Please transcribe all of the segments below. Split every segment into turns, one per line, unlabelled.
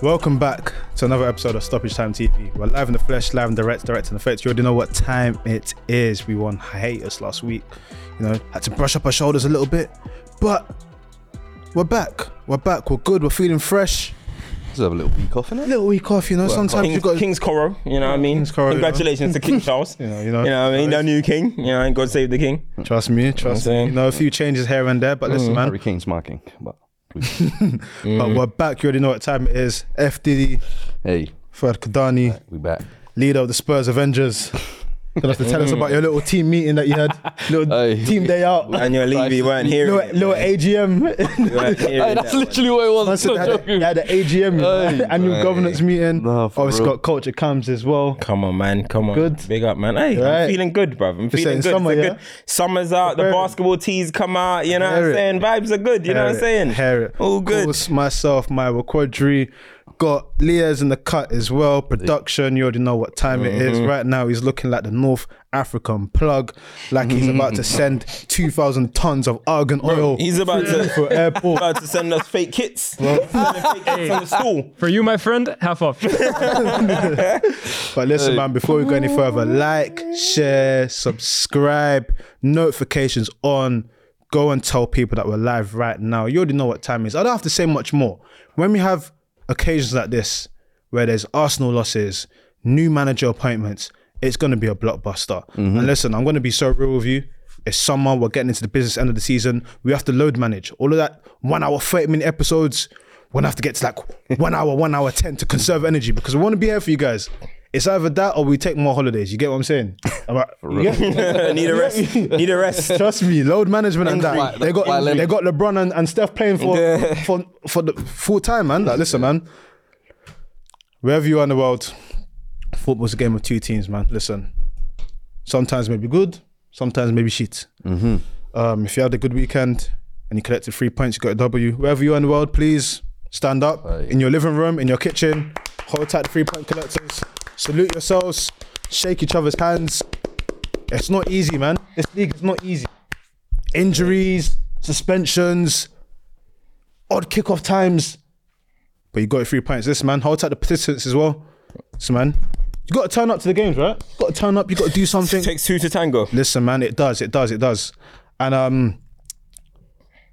Welcome back to another episode of Stoppage Time TV. We're live in the flesh, live and direct, direct and effect. You already know what time it is. We won hiatus last week. You know, had to brush up our shoulders a little bit, but we're back. We're back. We're good. We're feeling fresh.
Deserve a little week off, innit?
Little week off, you know. sometimes
King's,
you got
King's Coro, you know what I mean?
King's Coro, you know.
Congratulations to King Charles.
You know, you know.
what I mean? No new king, you know, and God save the king.
Trust me, trust
I'm
me.
saying.
You know, a few changes here and there, but listen, man.
Harry Kane's my king. But
But we're back. You already know what time it is. F Diddy,
hey,
Fred Kadani,
we back.
leader of the Spurs Avengers. Gonna have to tell us about your little team meeting that you had, little
Hey.
team day out,
And your Levy weren't hearing
little,
it,
little
man.
AGM.
You weren't hearing
Hey,
that
that's
one.
literally what it was.
Man said
no
they had,
joking.
they had an AGM,
Hey,
annual
man.
governance meeting.
Nah, for
Obviously
real.
got culture cams as well.
Come on, man. Come on.
Good.
Big up, man. Hey,
Right.
I'm feeling good, bruv.
saying
I'm feeling good.
summer,
It's a
yeah?
good. Summer's out. The
Prepare it.
basketball tees come out. You know what
Prepare
I'm
it.
saying? Vibes are good. You know what I'm saying?
Hair it.
All good.
Course, myself, my Quadri. Got Leah's in the cut as well. Production, you already know what time it is.
Mm-hmm.
Right now, he's looking like the North African plug, like he's about to send 2,000 tons of argan oil
He's about
for
to
airport.
about to send us fake kits. Sending fake kits on the stool.
For you, my friend, half off.
But listen, man, before we go any further, like, share, subscribe, notifications on. Go and tell people that we're live right now. You already know what time it is. I don't have to say much more. When we have occasions like this, where there's Arsenal losses, new manager appointments, it's going to be a blockbuster. And listen, I'm going to be so real with you. It's summer, we're getting into the business end of the season. We have to load manage. All of that one hour, 30 minute episodes, we're gonna have to get to like one hour, one hour ten to conserve energy because we want to be here for you guys. It's either that or we take more holidays. You get what I'm saying? I'm like, you get-
Need a rest. Need a rest.
Trust me, load management and
Why-
that. They got
why let me-
they got LeBron and, and Steph playing for for for the full time, man. Like, listen, man. Wherever you are in the world, football's a game of two teams, man. Listen, sometimes maybe good, sometimes maybe shit.
Mm-hmm.
Um, if you had a good weekend and you collected three points, you got a W. Wherever you are in the world, please stand up in your living room, in your kitchen, hold tight the three point collectors, salute yourselves, shake each other's hands. It's not easy, man. This league is not easy. Injuries, suspensions, odd kickoff times. But you got your three points. This man, hold tight the participants as well. So man, you got to turn up to the games, right? You got to turn up. You got to do something.
Takes two to tango.
Listen, man, it does, it does, it does. And um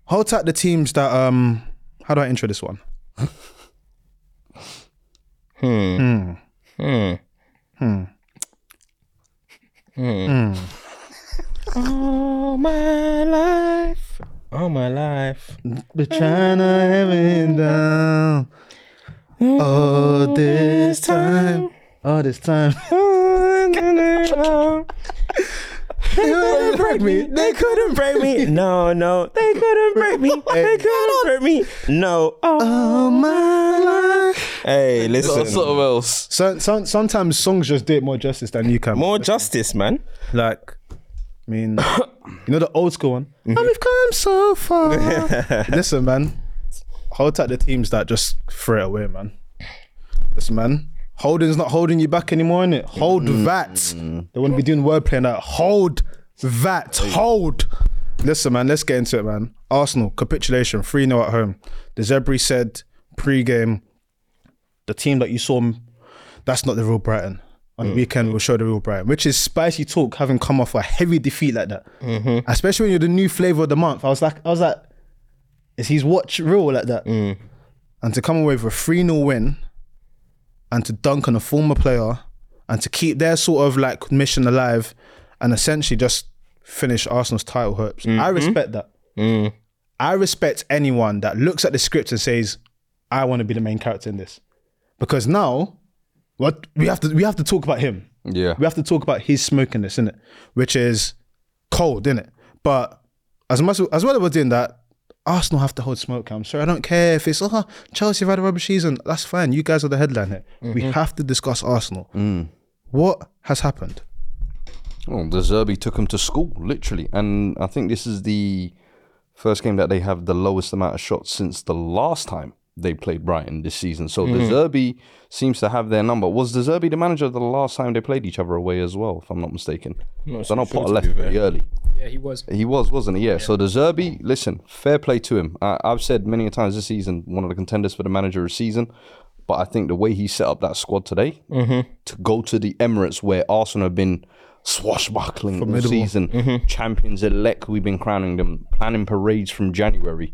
hold tight the teams that um how do I intro this one?
All my life. All my life.
We're trying to have it down all this time. All this time. they couldn't break me.
They couldn't break me. No, no. They couldn't break me. They couldn't break me. No. Oh.
my life.
Hey,
Or
listen.
something else.
So, so, sometimes songs just do it more justice than you can.
More justice, man.
Like, I mean, you know the old school one. And we've come so far. Listen, man, hold tight the teams that just throw it away, man. Listen, man, holding's not holding you back anymore, innit? Hold that. They want to be doing wordplay and that. Hold that. Hold. Listen, man, let's get into it, man. Arsenal capitulation, three 0 at home. The Zebri said pre-game, the team that you saw that's not the real Brighton. On the weekend, we'll show the real Brighton, which is spicy talk, having come off a heavy defeat like that. Especially when you're the new flavor of the month. I was like, I was like, is his watch real like that? And to come away with a 3 0 win and to dunk on a former player and to keep their sort of like mission alive and essentially just finish Arsenal's title hopes. I respect that. I respect anyone that looks at the script and says, I want to be the main character in this, because now, what we have to we have to talk about him.
Yeah.
We have to talk about his smokiness in it, which is cold in it. But as much as well as we're doing that, Arsenal have to hold smoke. I'm sorry, I don't care if it's oh Chelsea have had a rubbish season. That's fine. You guys are the headline here. We
Mm-hmm.
have to discuss Arsenal.
Mm.
What has happened?
Well, Oh, the Zerbi took him to school, literally. And I think this is the first game that they have the lowest amount of shots since the last time they played Brighton this season. So the Zerbi seems to have their number. Was the Zerbi the manager the last time they played each other away as well, if I'm not mistaken? No, so I know Potter left pretty early.
Yeah, he was.
He was, wasn't he? Yeah. So the Zerbi, listen, fair play to him. I, I've said many a times this season, one of the contenders for the manager of the season. But I think the way he set up that squad today
Mm-hmm.
to go to the Emirates, where Arsenal have been swashbuckling all season,
Mm-hmm.
champions elect, we've been crowning them, planning parades from January.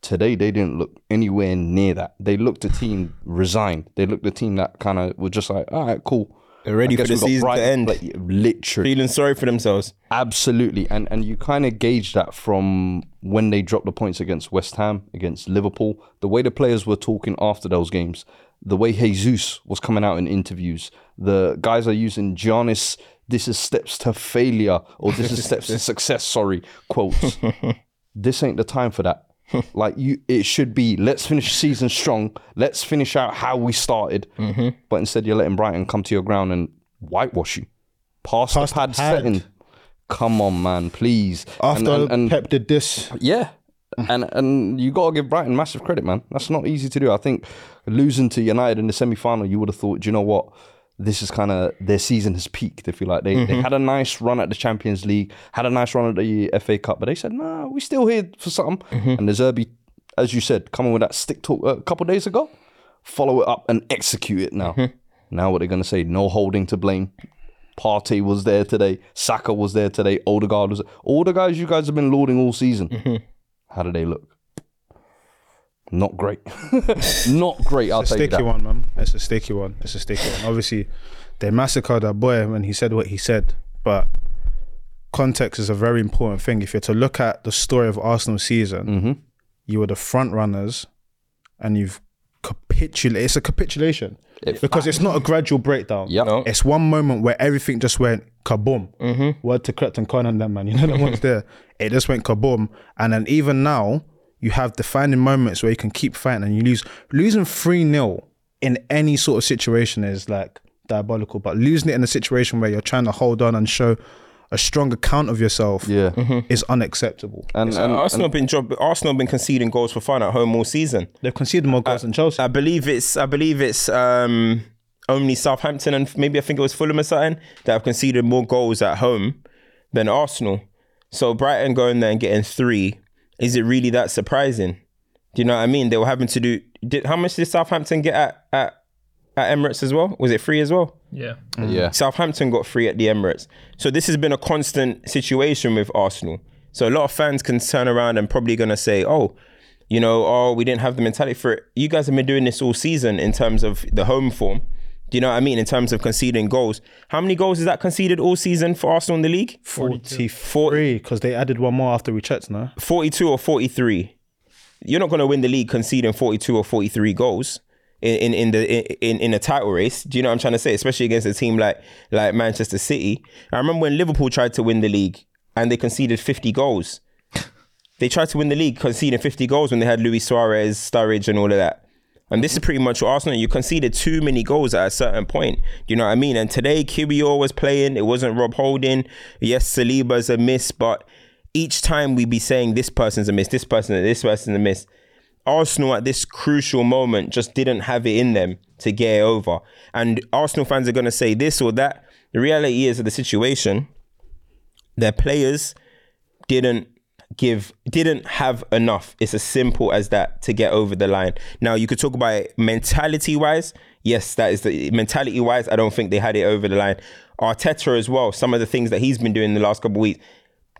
Today they didn't look anywhere near that. They looked a team resigned. They looked a team that kind of was just like, all right, cool.
They're ready
I guess
for the
we got
season to
Brighton,
end.
like, literally.
Feeling sorry for themselves.
Absolutely, and and you kind of gauge that from when they dropped the points against West Ham, against Liverpool. The way the players were talking after those games, the way Jesus was coming out in interviews, the guys are using Giannis. This is steps to failure, or this is steps to success. Sorry, quotes. this ain't the time for that. like you, it should be. Let's finish season strong. Let's finish out how we started. But instead, you're letting Brighton come to your ground and whitewash you. Pass,
Pass the
the pad,
pad.
setting. Come on, man, please. And-
After
and, and,
Pep did this,
yeah, and and you gotta give Brighton massive credit, man. That's not easy to do. I think losing to United in the semi final, you would have thought, do you know what? This is kind of their season has peaked. If you like, they,
Mm-hmm.
they had a nice run at the Champions League, had a nice run at the FA Cup, but they said, "Nah, we still here for something."
Mm-hmm.
And the Zerbi, as you said, coming with that stick talk uh, a couple days ago, follow it up and execute it now. Now what they're gonna say? No holding to blame. Partey was there today. Saka was there today. Odegaard was all the guys you guys have been lauding all season. How do they look? Not great. Not great. I'll
it's a
tell you
sticky
that.
one, man. It's a sticky one. It's a sticky one. Obviously, they massacred that boy when he said what he said, but context is a very important thing. If you're to look at the story of Arsenal season,
Mm-hmm.
you were the front runners, and you've capitulated. It's a capitulation because it's not a gradual breakdown.
Yep. No.
It's one moment where everything just went kaboom.
Mm-hmm.
Word to Clapton Con and them, man. You know that one's there. It just went kaboom. And then even now, you have defining moments where you can keep fighting and you lose. Losing 3 0 in any sort of situation is like diabolical, but losing it in a situation where you're trying to hold on and show a strong account of yourself
Yeah. Uh,
is unacceptable.
And, and
Arsenal been job. Arsenal been conceding goals for fun at home all season.
They've conceded more
uh,
goals than Chelsea.
I believe it's. I believe it's. Um, only Southampton and maybe I think it was Fulham or something that have conceded more goals at home than Arsenal. So Brighton going there and getting three. Is it really that surprising? Do you know what I mean? They were having to do. Did how much did Southampton get at at, at Emirates as well? Was it three as well?
Yeah.
Mm.
yeah,
Southampton got three at the Emirates. So this has been a constant situation with Arsenal. So a lot of fans can turn around and probably going to say, oh, you know, oh, we didn't have the mentality for it. You guys have been doing this all season in terms of the home form. Do you know what I mean? In terms of conceding goals. How many goals is that conceded all season for Arsenal in the league?
43 because they added one more after we checked now.
42 or 43. You're not going to win the league conceding 42 or 43 goals in, in, in the in, in a title race. Do you know what I'm trying to say? Especially against a team like like Manchester City. I remember when Liverpool tried to win the league and they conceded 50 goals. They tried to win the league conceding 50 goals when they had Luis Suarez, Sturridge, and all of that. And this is pretty much what Arsenal. You conceded too many goals at a certain point. You know what I mean? And today, QBO was playing. It wasn't Rob Holding. Yes, Saliba's a miss, but each time we be saying this person's a miss, this person, this person's a miss. Arsenal at this crucial moment just didn't have it in them to get it over. And Arsenal fans are going to say this or that. The reality is of the situation, their players didn't give didn't have enough it's as simple as that to get over the line now you could talk about it mentality wise yes that is the mentality wise i don't think they had it over the line arteta as well some of the things that he's been doing the last couple of weeks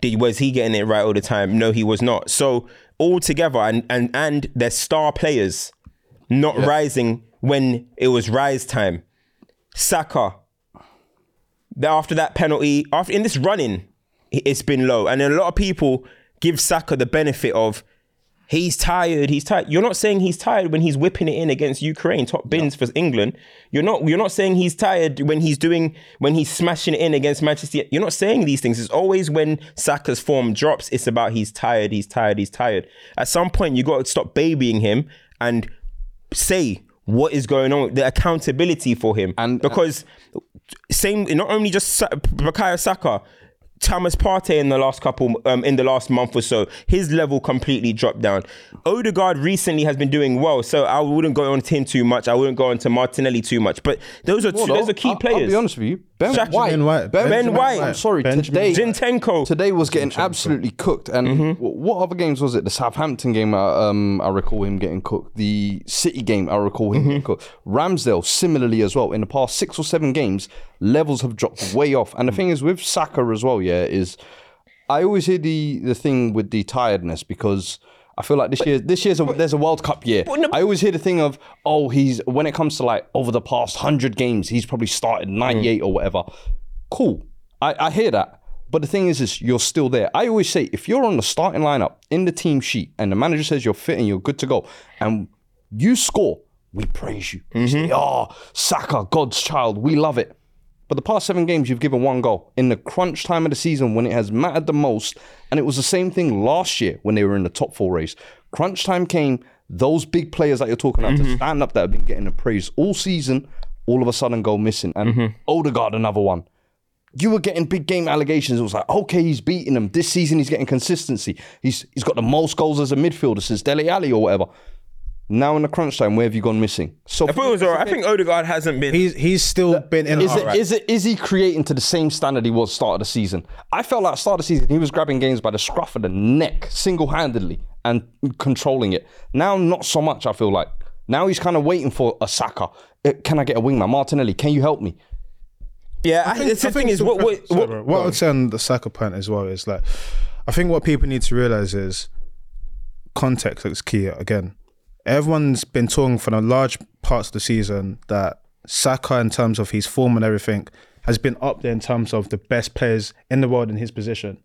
did was he getting it right all the time no he was not so all together and and and their star players not rising when it was rise time saka that after that penalty, after in this running, i- it's been low. And a lot of people give Saka the benefit of he's tired. He's tired. You're not saying he's tired when he's whipping it in against Ukraine, top bins for England. You're not. You're not saying he's tired when he's doing when he's smashing it in against Manchester. You're not saying these things. It's always when Saka's form drops. It's about he's tired. He's tired. He's tired. At some point, you got to stop babying him and say what is going on. The accountability for him,
And- uh,
because same. Not only just Sa- Bukayo Saka. Thomas Partey in the last couple, um, in the last month or so, his level completely dropped down. Odegaard recently has been doing well, so I wouldn't go on to him too much. I wouldn't go on to Martinelli too much, but those are two,
Hold on.
those are key
I'll-
players.
I'll be honest with you. Ben
Jackson-
White.
Ben White. Ben
White.
I'm sorry.
Benjamin
today,
Zinchenko. Mm-hmm.
today was getting absolutely cooked. And wh- what other games was it? The Southampton game, I, um, I recall him getting cooked. The City game, I recall him
Mm-hmm.
getting cooked. Ramsdale, similarly as well. In the past six or seven games, levels have dropped way off. And the thing is with Saka as well, yeah, is I always hear the the thing with the tiredness because. I feel like this year, this year's a, there's a World Cup year.
no,
I always hear the thing of, oh, he's when it comes to like over the past hundred games, he's probably started ninety eight or whatever. Cool, I, I hear that. But the thing is, is you're still there. I always say, if you're on the starting lineup in the team sheet, and the manager says you're fit and you're good to go, and you score, we praise you. We say, oh, Saka, God's child, we love it. But the past seven games, you've given one goal in the crunch time of the season when it has mattered the most. And it was the same thing last year when they were in the top four race. Crunch time came, those big players that you're talking about to stand up that have been getting the praise all season, all of a sudden go missing. And Odegaard, another one. You were getting big game allegations. It was like, okay, he's beating them. This season, he's getting consistency. He's, he's got the most goals as a midfielder since Dele Alli or whatever. Now in the crunch time, where have you gone missing? So
I thought it was all right. I think Odegaard hasn't been.
He's he's still been in.
is
and
it,
out.
is it is he creating to the same standard he was start of the season? I felt like start of the season he was grabbing games by the scruff of the neck single handedly and controlling it. Now not so much. I feel like now he's kind of waiting for a Saka. Uh, Can I get a wingman? Martinelli, can you help me?
yeah, I, think,
think-
the
I
thing
think
is, what, what,
Sorry,
what-
bro. what I would say on the Saka point as well is like, I think what people need to realize is context is key again. Everyone's been talking for the large parts of the season that Saka, in terms of his form and everything, has been up there in terms of the best players in the world in his position.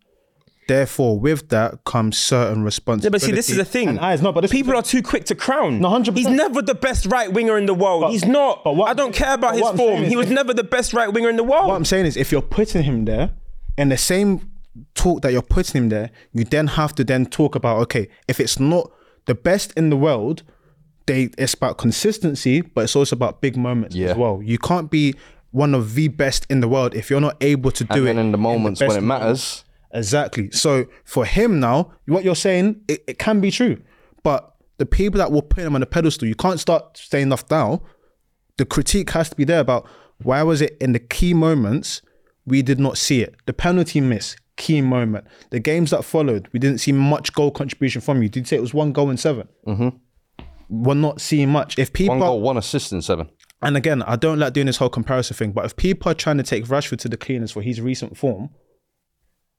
Therefore, with that comes certain
Yeah,
responsibility.
but see, this is the thing.
And eyes, no, but this
people are too quick to crown.
No, 100%.
He's never the best right winger in the world. He's not.
but what-
I don't care about
but
his
what I'm
form.
saying is-
He was never the best right winger in the world.
what I'm saying is if you're putting him there in the same talk that you're putting him there, you then have to then talk about okay, if it's not the best in the world, they it's about consistency, but it's also about big moments
Yeah.
as well. You can't be one of the best in the world if you're not able to do
And
it
then in the moments when
best
it matters,
Exactly. So for him now, what you're saying, it, it can be true. But the people that will put him on a pedestal, you can't start saying enough now. The critique has to be there about why was it in the key moments we did not see it? The penalty miss, key moment. The games that followed, we didn't see much goal contribution from you. You Did say it was one goal in 7 Mm-hmm. We're not seeing much. If people
one goal, one assist in seven.
and again, I don't like doing this whole comparison thing, but if people are trying to take Rashford to the cleaners for his recent form,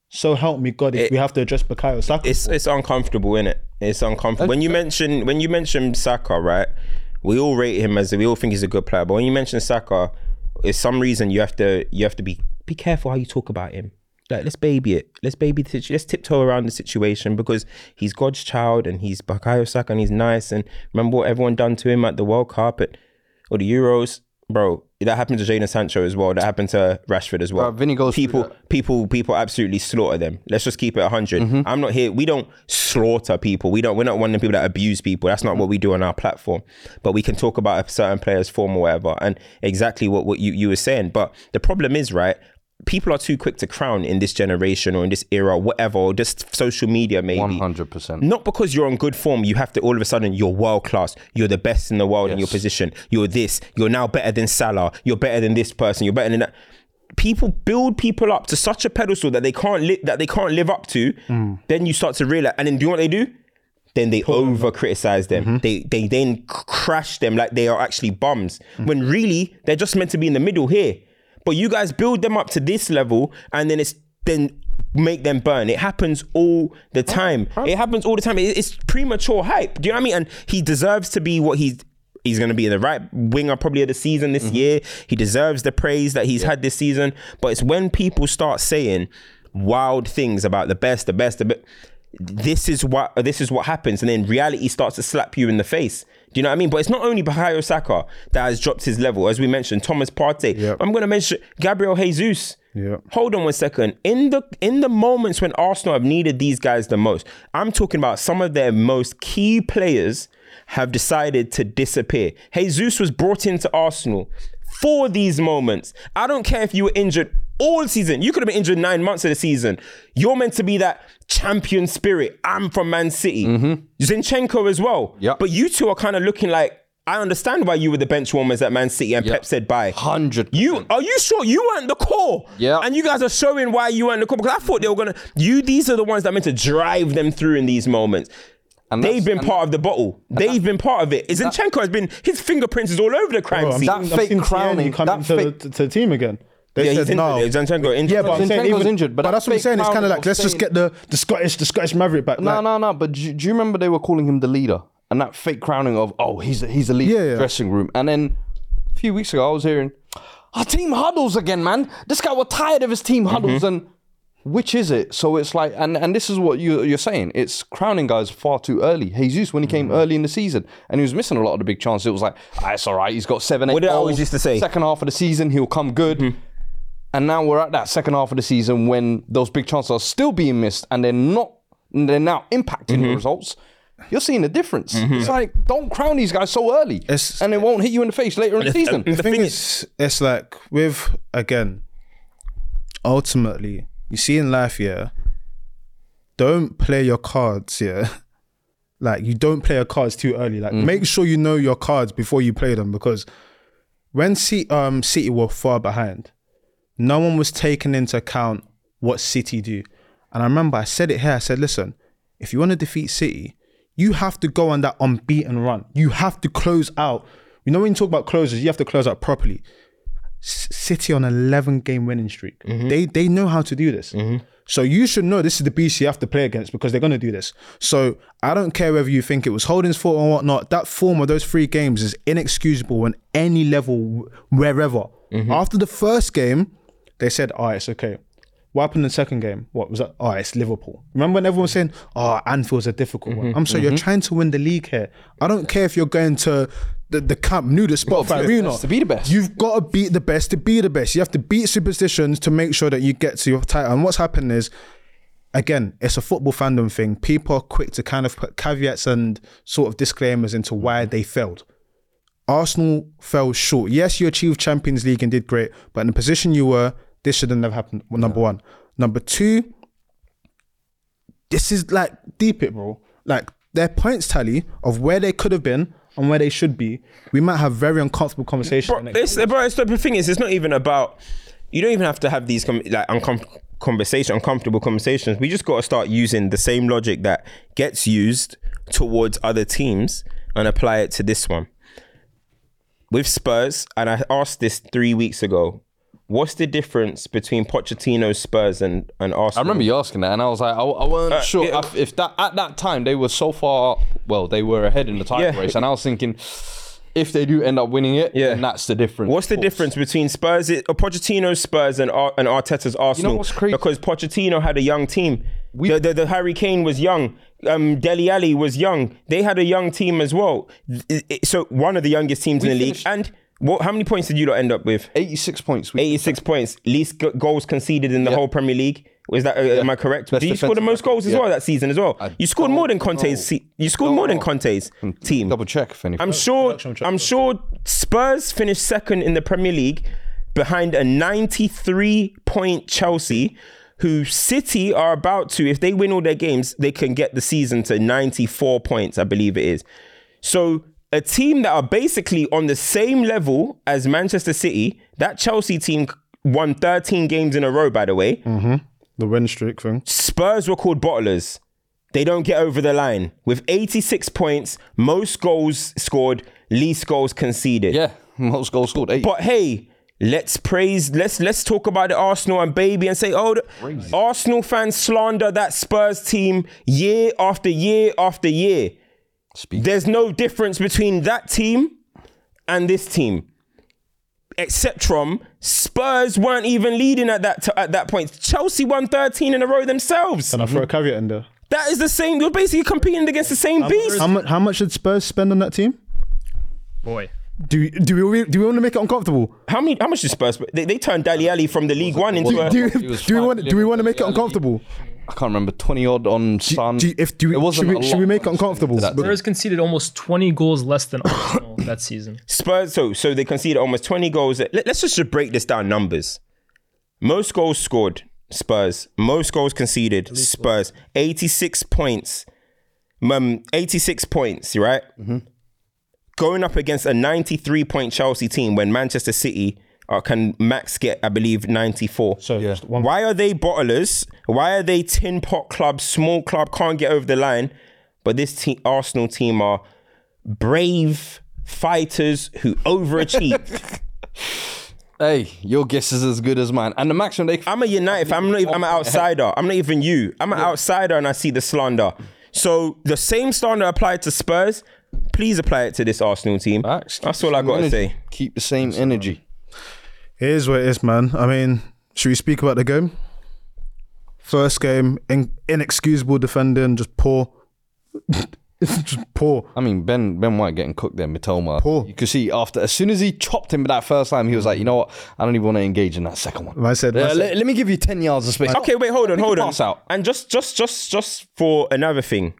so help me God, if we have to address Bukayo Saka,
it's it's uncomfortable, innit? It's uncomfortable. When you mention when you mention Saka, right? We all rate him as we all think he's a good player, but when you mention Saka, it's some reason you have to you have to be be careful how you talk about him. Like let's baby it, let's baby the situ- let's tiptoe around the situation because he's God's child and he's Bakayo Saka and he's nice and remember what everyone done to him at the World Cup and- or the Euros, bro. That happened to Jadon Sancho as well. That happened to Rashford as well.
Bro, Vinny goes through
people
that.
people people absolutely slaughter them. Let's just keep it 100. I'm not here. We don't slaughter people. We don't. We're not one of the people that abuse people. That's not what we do on our platform. But we can talk about a certain player's form or whatever, and exactly what what you you were saying. But the problem is right. People are too quick to crown in this generation or in this era, or whatever, or just social media maybe.
One hundred percent.
Not because you're on good form, you have to all of a sudden you're world class, you're the best in the world in your position, you're this, you're now better than Salah, you're better than this person, you're better than that. People build people up to such a pedestal that they can't li- that they can't live up to. Then you start to realize, and then do you know what they do? Then they over criticize them. They they then c- crash them like they are actually bums. When really they're just meant to be in the middle here. But you guys build them up to this level, and then it's then make them burn. It happens all the time. It happens all the time. It- It's premature hype. Do you know what I mean? And he deserves to be what he's. He's going to be the right winger probably of the season this
Mm-hmm.
year. He deserves the praise that he's had this season. But it's when people start saying wild things about the best, the best, the best. this is what this is what happens, and then reality starts to slap you in the face. Do you know what I mean? But it's not only Bukayo Saka that has dropped his level, as we mentioned. Thomas Partey.
Yep.
I'm going to mention Gabriel Jesus.
Yep.
Hold on one second. In the in the moments when Arsenal have needed these guys the most, I'm talking about some of their most key players have decided to disappear. Jesus was brought into Arsenal for these moments. I don't care if you were injured all season. You could have been injured nine months of the season. You're meant to be that champion spirit. I'm from Man City. Zinchenko as well.
Yep.
But you two are kind of looking like I understand why you were the bench warmers at Man City and
Yep.
Pep said bye.
Hundred.
You are you sure you weren't the core?
Yeah.
And you guys are showing why you weren't the core because I thought they were gonna. You these are the ones that are meant to drive them through in these moments.
And
They've
that's-
been
and-
part of the bottle. They've been part of it. Zinchenko has been. His fingerprints is all over the crime
Bro,
scene.
That fake
Tierney
crowning,
come
that
into
fake-
the, to the team again. They
yeah, he's
said
injured.
no.
Zinchenko injured.
Yeah, but I'm saying
Zinchenko's
even,
injured, but that
that's what I'm
fake
saying. It's kind of
crowning
like let's just
of
get the, the Scottish the Scottish Maverick back.
No,
like,
no, no. But do, do you remember they were calling him the leader and that fake crowning of oh he's the, he's the leader
Yeah,
in the
yeah.
dressing room. And then a few weeks ago I was hearing our team huddles again, man. This guy was tired of his
Mm-hmm.
team huddles and which is it? So it's like and and this is what you you're saying. It's crowning guys far too early. Jesus when he came
Mm-hmm.
early in the season and he was missing a lot of the big chances. It was like ah, it's all right. He's got seven.
What
eight
did I always
goals.
used to say? Mm-hmm.
Second half of the season he'll come good. And now we're at that second half of the season when those big chances are still being missed and they're not and they're now impacting the results. You're seeing the difference. It's like don't crown these guys so early,
It's-
and it won't hit you in the face later in the season.
the thing is, it's like with again, ultimately, you see in life, yeah, don't play your cards, yeah. Like you don't play your cards too early. Like make sure you know your cards before you play them because when C- um City were far behind, no one was taking into account what City do. And I remember I said it here. I said, listen, if you want to defeat City, you have to go on that unbeaten run. You have to close out. You know when you talk about closers, you have to close out properly. S- City on an 11 game winning streak.
Mm-hmm.
They they know how to do this. So you should know this is the beast you have to play against because they're going to do this. So I don't care whether you think it was Holding's fault or whatnot. That form of those three games is inexcusable on any level, wh- wherever.
Mm-hmm.
After the first game, they said, "All right, it's okay." What happened in the second game? What was that? Oh, it's Liverpool. Remember when everyone was saying, "Oh, Anfield's a difficult one."
Mm-hmm.
I'm sorry, you're trying to win the league here. I don't care if you're going to the, the Camp Nou, the Spotify
to be the
Arena
best, to be the best.
You You've got to beat the best to be the best. You have to beat superstitions to make sure that you get to your title. And what's happened is, again, it's a football fandom thing. People are quick to kind of put caveats and sort of disclaimers into why they failed. Arsenal fell short. Yes, you achieved Champions League and did great, but in the position you were, this should have never happened. well, Number one. Number two, this is like deep it, bro. Like their points tally of where they could have been and where they should be, we might have very uncomfortable conversations.
Bro, it's, bro, it's the thing is, it's not even about. You don't even have to have these com- like uncomfortable conversation, uncomfortable conversations. We just got to start using the same logic that gets used towards other teams and apply it to this one. With Spurs, and I asked this three weeks ago. What's the difference between Pochettino's Spurs and and Arsenal?
I remember you asking that, and I was like, I, I wasn't sure
Uh, yeah.
if, if that at that time they were so far. Well, they were ahead in the title
Yeah.
race, and I was thinking if they do end up winning it,
Yeah.
then that's the difference.
What's the
Of course.
difference between Spurs, uh, Pochettino's Spurs, and Ar- and Arteta's Arsenal?
what's crazy?
Because Pochettino had a young team. the, the, the Harry Kane was young. Um, Deli Ali was young. They had a young team as well. Th- it- so one of the youngest teams in the league.
finished-
And what, how many points did you lot end up with?
Eighty-six points. We,
86 points. Least g- goals conceded in the whole Premier League. Was that uh, am I correct?
Best
Did you score the
defensive
most goals as
record,
well
yeah.
that season as well? you scored more than
don't
Conte's.
know.
Se- you scored more than
know. Hmm.
Conte's team.
Double check if anything.
I'm sure.
production check
I'm sure Spurs finished second in the Premier League behind a 93 point Chelsea, who City are about to. If they win all their games, they can get the season to 94 points. I believe it is. So a team that are basically on the same level as Manchester City. That Chelsea team won 13 games in a row. By the way,
the win streak thing.
Spurs were called bottlers. They don't get over the line. With 86 points, most goals scored, least goals conceded.
yeah, most goals scored. Eight.
But hey, let's praise, let's let's talk about the Arsenal and baby and say, oh, the Arsenal fans slander that Spurs team year after year after year.
Speak.
There's no difference between that team and this team. Except from Spurs weren't even leading at that t- at that point. Chelsea won 13 in a row themselves.
Mm-hmm.
And I throw a caveat in there.
That is the same. You're basically competing against the same beast.
How much? How much did Spurs spend on that team?
Boy.
Do do we do we want to make it uncomfortable?
How many? How much did Spurs? They, they turned Dali Ali from the League One into
Do,
a.
do,
He was
do we
fine.
want do we want to make it
Yeah,
uncomfortable?
I can't remember twenty odd on
Do,
Sun.
do- if do we,
It wasn't
should
a
we, should we
lot
make it
on Sun
uncomfortable?
that
But-
team.
Spurs conceded almost 20 goals less than Arsenal that season.
Spurs, so so they conceded almost 20 goals. Let, us just break this down numbers. Most goals scored, Spurs. Most goals conceded, Spurs. 86 points. Um, 86 points, right? Going up against a 93 point Chelsea team when Manchester City uh, can max get, I believe, 94.
So just one.
Why are they bottlers? Why are they tin pot club, small club, can't get over the line? But this team, Arsenal team, are brave fighters who overachieve.
Hey, your guess is as good as mine. And the maximum they
I'm a United. fan. I'm not. Even, I'm an outsider. I'm not even you. I'm an outsider, and I see the slander. So the same slander applied to Spurs. Please apply it to this Arsenal team.
Facts.
That's all I
Same
gotta
energy.
say.
Keep the same energy.
It is what it is, man. I mean, should we speak about the game? First game, in, inexcusable defending, just poor, just poor.
I mean, Ben Ben White getting cooked there, Mitoma.
Poor.
You could see after as soon as he chopped him that first time, he was like, you know what? I don't even want to engage in that second one.
I said- I
Uh,
said-
let, let me give you ten yards of space.
Okay, wait, hold on,
Make a
hold on.
pass out.
And just, just, just, just for another thing,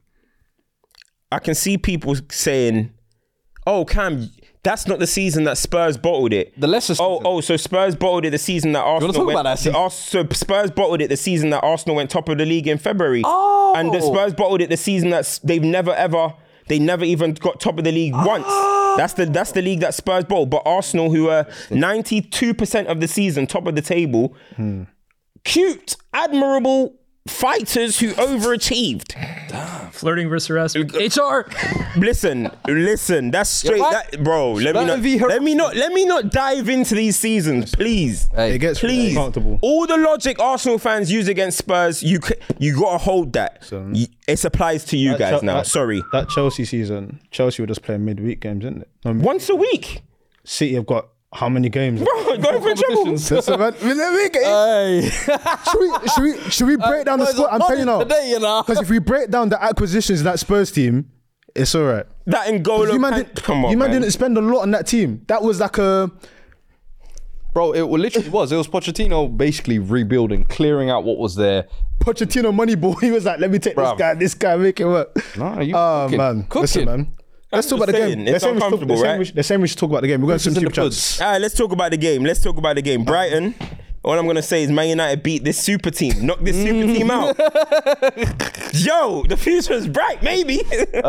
I can see people saying, "Oh, Cam, that's not the season that Spurs bottled it."
The lesser
Oh,
season.
oh, so Spurs bottled it the season that Arsenal
talk
went.
about that
the
season?
Ars- so Spurs bottled it the season that Arsenal went top of the league in February. Oh, and the Spurs bottled it the season that s- they've never ever. They never even got top of the league once.
Ah.
That's the that's the league that Spurs bottled. But Arsenal, who are ninety two percent of the season top of the table,
Hmm.
cute, admirable fighters who overachieved.
Flirting versus harassment. HR.
Listen, listen, that's straight,
right.
that, bro. Let me
That would be
not,
her-
let me not, let me not dive into these seasons, please.
It gets
Please,
uncomfortable.
all the logic Arsenal fans use against Spurs, you c- you gotta hold that. You- it applies to you guys
That-
now.
that-
Sorry,
That Chelsea season, Chelsea were just playing midweek games, didn't it? No,
once a week,
City have got how many games?
bro. Going for trouble.
Listen, man, midweek games.
Hey.
should we should we should we break down the
guys,
squad? I'm
Uh, not
telling you now.
today, you know.
Because if we break down the acquisitions in that Spurs team, it's all right.
That N'Golo,
You man,
Kan-
didn't,
come on,
you man,
man.
didn't spend a lot on that team. That was like a
Bro, it literally was. It was Pochettino basically rebuilding, clearing out what was there.
Pochettino money ball. He was like, let me take
Bruv.
this guy, this guy, make it work.
Nah, you
oh
cooking.
man, listen,
Cooking.
man. Let's talk
just
about the
saying,
game.
it's
They're saying we should talk-
uncomfortable,
they're saying
right?
we should- They're saying we should talk about the game. We're going to some
in the
super chats.
buds.
All right, let's talk about the game. Let's talk about the game. Brighton. All I'm gonna say is Man United beat this super team. Knock this super team out. Yo, the future is bright, maybe.
Hey,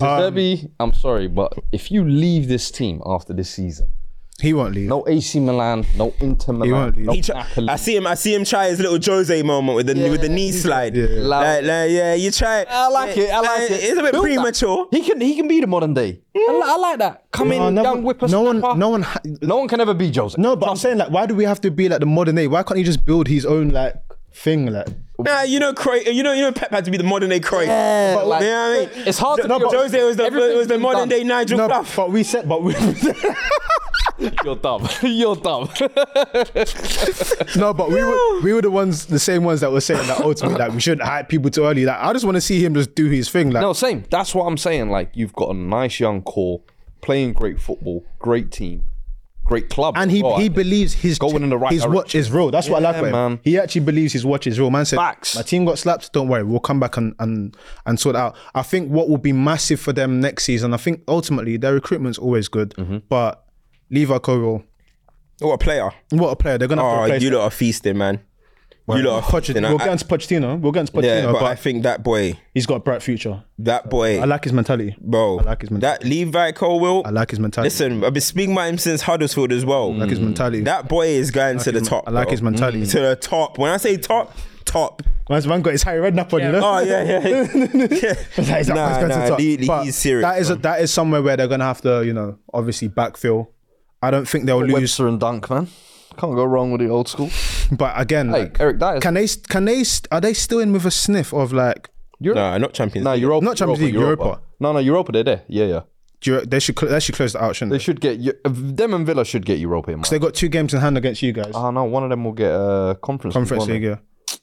Um,
Debbie, I'm sorry, but if you leave this team after this season,
He won't leave.
no AC Milan, no Inter
won't
Milan,
leave.
no E.
He try-
Napoli.
I see him. I see him try his little Jose moment with the with the knee slide. Yeah, Like, like, yeah, you try. it.
I like it. I like it.
It's a bit
Build that.
premature. Mm.
He can he can be the modern day. I, li- I like that. Come
No,
in,
no
young
one,
whipper.
no one, no one, ha-
no one can ever be Jose.
no. But I'm saying like, why do we have to be like the modern day? Why can't he just build his own like thing? Like,
Nah, you know, Croy, you know, you know, Pep had to be the modern day Cruyff.
Yeah,
But-
like-
you know what I mean?
It's hard to
No,
be
but
a-
Jose was the
everything's
was the
been
modern
done.
day Nigel
no,
Clough.
but we said, but we,
You're dumb. You're dumb.
no, but we were we were the ones, the same ones that were saying that ultimately like, we shouldn't hype people too early. Like, I just want to see him just do his thing. Like,
no, same. That's what I'm saying. Like you've got a nice young core, playing great football, great team, great club.
and he
Oh,
he
I-
believes his
Going in the right
his watch
direction.
is real. That's what I like about
Yeah,
him.
man.
He actually believes his watch is real. Man said,
Facts.
"My team got slapped. Don't worry, we'll come back and and and sort it out." I think what will be massive for them next season. I think ultimately their recruitment's always good,
Mm-hmm.
but Levi Cowell,
What a player!
what a player! They're gonna have to
Oh,
replace.
you lot are feasting, man. You lot are
Pochettino.
feasting. I-
We'll
I-
get onto Pochettino. We'll get onto Pochettino,
Yeah, but
but
I think that boy,
he's got a bright future.
that boy,
I like his mentality.
bro,
I like his mentality.
that Levi Colwell.
I like his mentality.
Listen, I've been speaking about him since Huddersfield as well.
I like his mentality.
That boy is going to the
his-
top.
Mm. I like
bro.
his mentality.
To the top. When I say top, top.
Man's man got his Harry Redknapp on, you
Yeah.
know?
Oh yeah, yeah. yeah.
That is
Nah,
nah,
nah, he- he's serious.
That is
bro.
that is somewhere where they're gonna have to, you know, obviously backfill. I don't think they'll lose.
Webster and Dunk, man. Can't go wrong with the old school.
But again,
Hey,
like,
Eric Dyer.
can they? Can they? Are they still in with a sniff of like?
Nah, not champions.
No, Europa.
Not Champions League, Europa.
No, no, Europa. They're there. Yeah, yeah.
Do you, they should cl- they should close that out, shouldn't they?
They should get Eu- uh, them and Villa should get Europa. In Ah,
They got two games in hand against you guys.
oh no, one of them will get a uh, conference.
Conference
won't they?
League. Yeah.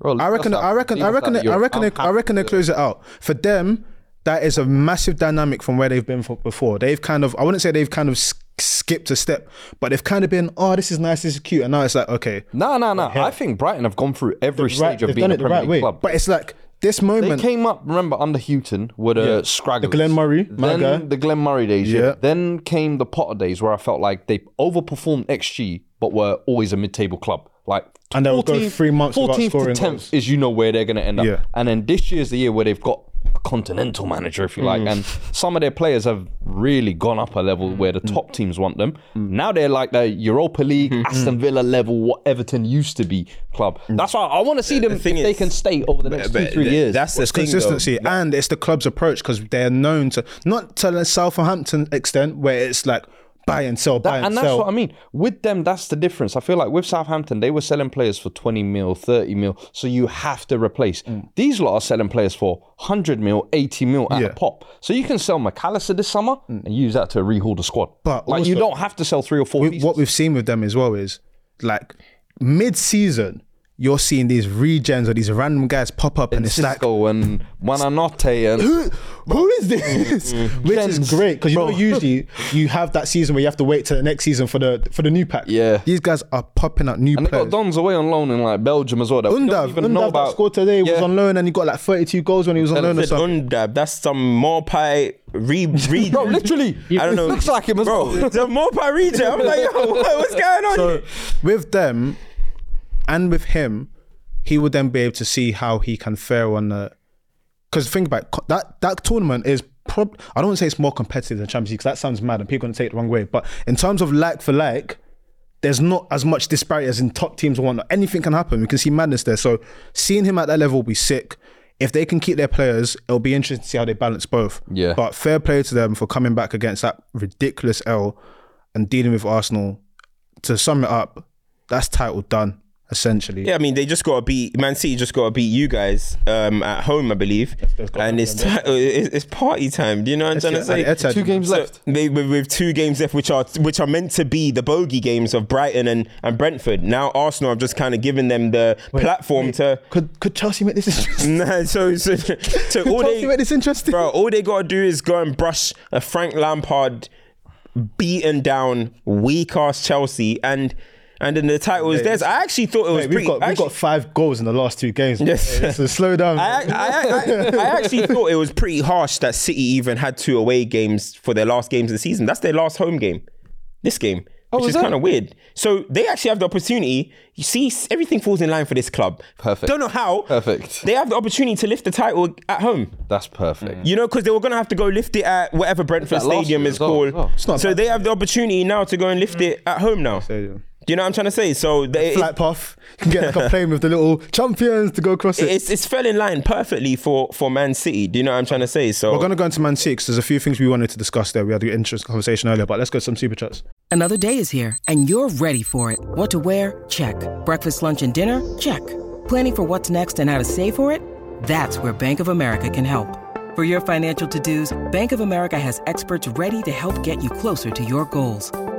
Bro,
I reckon.
that's
I
like-
reckon. I
that's
reckon.
like
I
your
reckon. They, I
unhappy-
reckon they close it out for them. That is a massive dynamic from where they've been for before. They've kind of. I wouldn't say they've kind of sk- skipped a step, but they've kind of been. Oh, this is nice. This is cute. And now it's like okay,
No, no, no. I think Brighton have gone through every stage of
they've
being
done
a
it the
Premier
right
League
way.
club.
but it's like this
They
moment.
came up, remember, under Houghton with the yeah.
The Glenn Murray, my
then
guy.
the Glen Murray days. Yeah.
Yeah.
Then came the Potter days where I felt like they overperformed XG, but were always a mid-table club. Like
And they would go three months without
14th
scoring
to 10th
goals.
is you know where they're going to end up.
Yeah.
And then this year's the year where they've got a continental manager, if you like,
Mm.
and some of their players have really gone up a level where
Mm.
the top teams want them. Now they're like the Europa League,
Mm-hmm. Mm.
Aston Villa level, what Everton used to be club. That's why I want to see them if
thing
they
is-
can stay over the next two,
But
three
th-
years.
That's the
it's
thing, though.
consistency and it's the club's approach because they're known to not to the Southampton extent where it's like buy and sell, buy
That-
and,
and that's
sell.
what I mean. With them, that's the difference. I feel like with Southampton, they were selling players for 20 mil, 30 mil. So you have to replace.
Mm.
These lot are selling players for 100 mil, 80 mil at a
Yeah. Mm.
pop. So you can sell McAllister this summer and use that to rehaul the squad.
But
like you
also-
don't have to sell three or four
we-
pieces.
what we've seen with them as well is like mid-season you're seeing these regens or these random guys pop up and it's like
Cisco and Wananote and
who, who is this which
Gens,
is great because you know
Mm-hmm. bro.
usually you have that season where you have to wait till the next season for the for the new pack
Yeah.
these guys are popping up new
and they got
players
Dons away on loan in like Belgium as well. That we don't
Undav,
even know
Undav
about.
that scored today was
Yeah.
on loan and he got like 32 goals when he was on loan or
Said
something
Undab, that's some more pie re re.
Bro, literally,
I don't know.
looks like him as
Bro,
well.
it's a more pie region. I'm like, yo, what, what's going on? here?
with them and with him, he would then be able to see how he can fare on the. Because think about it, co- that that tournament is prob. I don't want to say it's more competitive than Champions League because that sounds mad and people are going to take it the wrong way. But in terms of like for like, there's not as much disparity as in top teams and whatnot. Anything can happen. We can see madness there. So seeing him at that level will be sick. If they can keep their players, it'll be interesting to see how they balance both.
Yeah.
But fair play to them for coming back against that ridiculous L and dealing with Arsenal. To sum it up, that's title done, essentially.
Yeah, I mean, they just got to beat Man City. Just got to beat you guys um, at home, I believe. And it's, ti- it's it's party time. Do you know what I'm trying to
At
say?
Etihad.
Two games
So,
left.
They, with, with two games left, which are which are meant to be the bogey games of Brighton and, and Brentford. Now Arsenal have just kind of given them the platform to.
Could could Chelsea make this interesting?
Nah, so so, so all
Chelsea
they
made this interesting.
bro. All they gotta do is go and brush a Frank Lampard beaten down weak ass Chelsea and and then the title is theirs. I actually thought it was
Mate,
pretty.
we've got
I
we've
actually-
got five goals in the last two games.
Yes.
Hey, so slow down.
I, I, I, I actually thought it was pretty harsh that City even had two away games for their last games of the season. That's their last home game, this game, which
is
is
it?
kind of weird. So they actually have the opportunity. You see, s- everything falls in line for this club.
Perfect.
Don't know how.
Perfect.
They have the opportunity to lift the title at home.
That's perfect.
You know, because they were going to have to go lift it at whatever Brentford
That last
Stadium
year
is
as well,
called.
as well. It's
not
So
bad.
they have the opportunity now to go and lift it at home now. Do
Stadium.
you know what I'm trying to say? So they,
Flat path. You can get like a plane with the little champions to go across it.
it's, it's fell in line perfectly for, for Man City. Do you know what I'm trying to say? So
We're gonna go into Man City 'cause there's a few things we wanted to discuss there. We had an interesting conversation earlier, but let's go to some super chats.
Another day is here, and you're ready for it. What to wear? Check. Breakfast, lunch, and dinner? Check. Planning for what's next and how to save for it? That's where Bank of America can help. For your financial to dos, Bank of America has experts ready to help get you closer to your goals.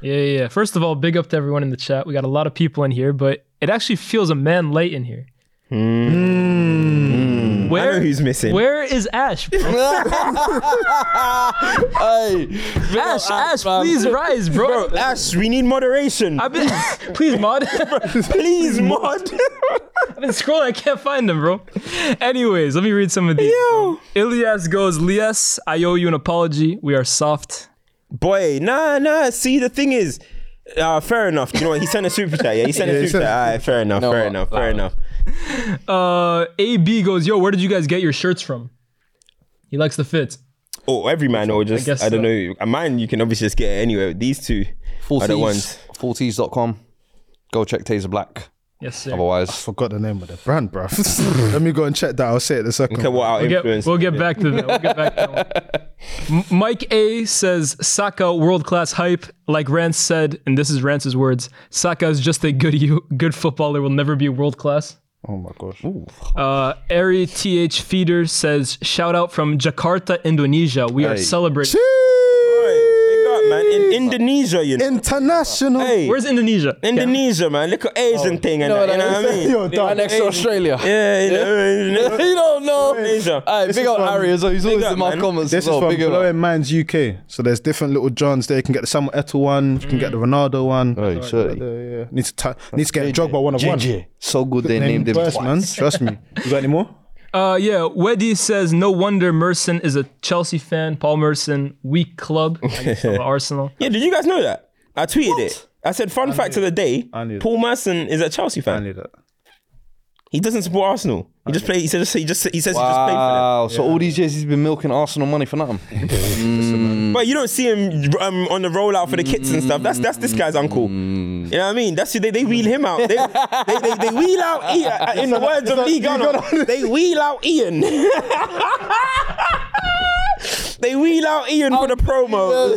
Yeah, yeah, yeah. First of all, big up to everyone in the chat. We got a lot of people in here, but it actually feels a man late in here. Where,
Hmm. I know who's missing.
Where is Ash? bro?
hey, big up
Ash, Ash,
man.
please rise, bro.
um, Bro, Ash, we need moderation.
I've been, please mod.
Please, mod.
I've been scrolling. I can't find them, bro. Anyways, let me read some of these.
Yo.
Ilias goes, Lias, I owe you an apology. We are soft.
Boy, nah, nah. See, the thing is, uh, fair enough. You know what? He sent a super chat. Yeah, he sent a super chat. All right, fair enough, fair enough, fair enough.
Uh, AB goes, yo, where did you guys get your shirts from? He likes the fits.
Oh, every man or just I,
guess
don't
so.
know. A man you can obviously just get it anywhere. These two are the ones.
40s, 40s.com. Go check Taser Black.
Yes, sir.
Otherwise,
Forgot the name of the brand, bruv. Let me go and check that. I'll say it in a second.
Look at what our
We'll get,
influence.
we'll get back to that. We'll get back to that one. M- Mike A says Saka world class hype. Like Rance said, and this is Rance's words. Saka is just a good you good footballer. Will never be world class.
Oh my gosh.
Uh, Ari th feeder says shout out from Jakarta, Indonesia. We are
Hey.
celebrating.
Big up, man. In Indonesia, you know.
International.
Hey,
Where's Indonesia?
Indonesia, man. Look at Asian thing and that. Oh. You know what I mean?
Yo,
right
dog.
next to Australia.
Yeah, you know,
you don't know.
Indonesia.
Hey, big
is
up
from-
Harry. He's he's always
up,
in my
man.
comments.
This
as well.
is from
big up.
Blowing Minds UK. So there's different little Johns there. You can get the Samuel Eto'o one. You can get the Ronaldo one.
Hey, sorry.
Yeah, yeah. Need to ta- need to get a Drogba one of one.
JJ. So good they
Name
named him
first,
twice.
man. Trust me. You got any more?
Uh, yeah. Weddy says no wonder Merson is a Chelsea fan. Paul Merson, weak club. I guess of Arsenal.
Yeah, did you guys know that? I tweeted it. I said, fun fact of the day,
knew
Paul Merson is a Chelsea
I
fan.
need that.
He doesn't support Arsenal. He just play. He says he just he says he just played for them.
Wow. So all these years he's been milking Arsenal money for nothing. Um,
But you don't see him um, on the rollout for the kits and stuff. That's that's this guy's uncle. You
Mm.
know what I mean? That's they, they wheel him out. They, they, they, they wheel out Ian. uh, In the words of Lee Gunner, they wheel out Ian. they wheel out Ian for the
Oh,
promo.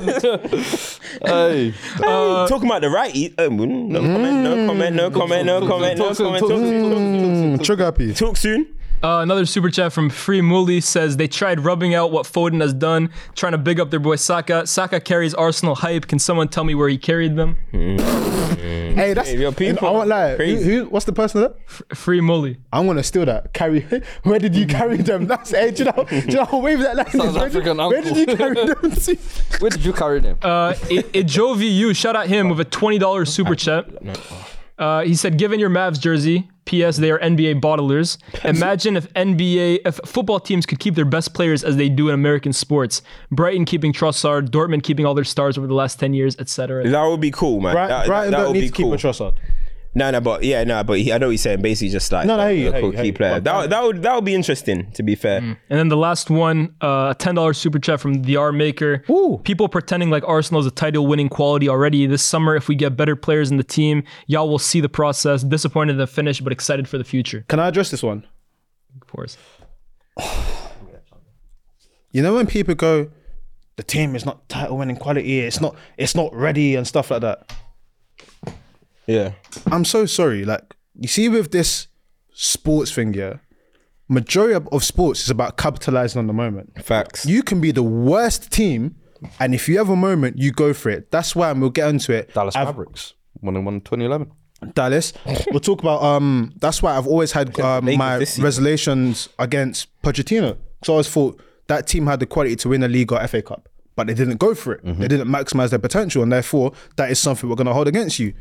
hey.
Talking about the righty. Um, no comment. No comment. No comment. No comment. No
Talk soon,
comment.
talk
Talk
soon,
soon.
Mm, Trigger happy.
Talk soon.
Uh, another super chat from Free Mooley says they tried rubbing out what Foden has done, trying to big up their boy Saka. Saka carries Arsenal hype. Can someone tell me where he carried them?
Hey, that's.
Hey, your people
I won't lie. Who,
crazy.
who, what's the person of that?
Free Mooley.
I'm gonna steal that. Carry. Where did you carry them? That's. Hey, do you know? Do you know how wave that line is?
South
Where did-
African
Where did you
uncle.
carry them? to?
Where did you carry him?
Uh, I- Ijovi U, shout out him with a $20 super chat. Uh, he said, given your Mavs jersey, P.S. they are NBA bottlers. Imagine if NBA, if football teams could keep their best players as they do in American sports. Brighton keeping Trossard, Dortmund keeping all their stars over the last 10 years, etc.
That would be cool, man.
Bright-
that,
Brighton
that, that
don't
would
need
be
to keep
cool.
a Trossard.
No, no, but yeah, no, but he, I know what he's saying. Basically, just like
No, no, I hear you,
a
I hear
cool
you, I
key
hear you.
player. That, would- that would that would be interesting. To be fair,
Mm.
And then the last one, uh, a ten dollars super chat from the R Maker. People pretending like Arsenal is a title winning quality already this summer. If we get better players in the team, y'all will see the process. Disappointed in the finish, but excited for the future.
Can I address this one?
Of course.
You know when people go, the team is not title winning quality. It's not. It's not ready and stuff like that.
yeah,
I'm so sorry. Like you see with this sports thing, yeah. Majority of- of sports is about capitalizing on the moment.
facts.
You can be the worst team, and if you have a moment, you go for it. That's why, and we'll get into it.
Dallas
I've-
Mavericks. One and one 2011.
Dallas. We'll talk about. Um, that's why I've always had um,
Lakers
my
this year.
reservations against Pochettino. So I always thought that team had the quality to win a league or FA Cup, but they didn't go for it. They didn't maximize their potential, and therefore that is something we're going to hold against you.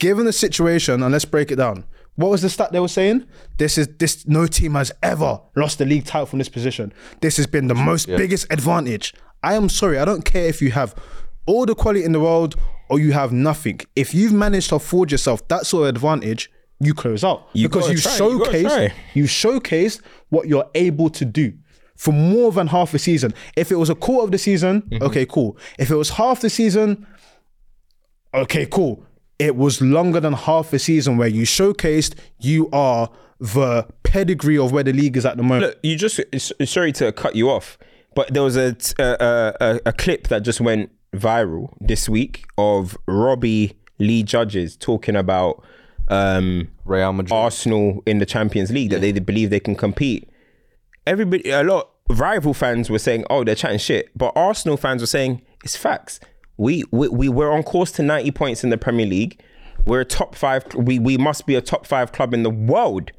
Given the situation, and let's break it down. What was the stat they were saying? This is this. No team has ever lost the league title from this position. This has been the most biggest advantage. I am sorry. I don't care if you have all the quality in the world or you have nothing. If you've managed to afford yourself that sort of advantage, you close out
You
because
gotta
you
try, you gotta
showcased
try.
you showcased what you're able to do for more than half a season. If it was a quarter of the season,
Mm-hmm.
okay, cool. If it was half the season, okay, cool. It was longer than half a season where you showcased you are the pedigree of where the league is at the moment.
Look, you just s- sorry to cut you off, but there was a t- a, a, a clip that just went viral this week of Robbie Lee Judges talking about um,
Real Madrid.
Arsenal in the Champions League that they believe they can compete. Everybody, a lot of rival fans were saying, "Oh, they're chatting shit," but Arsenal fans were saying it's facts. We we we we're on course to ninety points in the Premier League. We're a top five. We we must be a top five club in the world.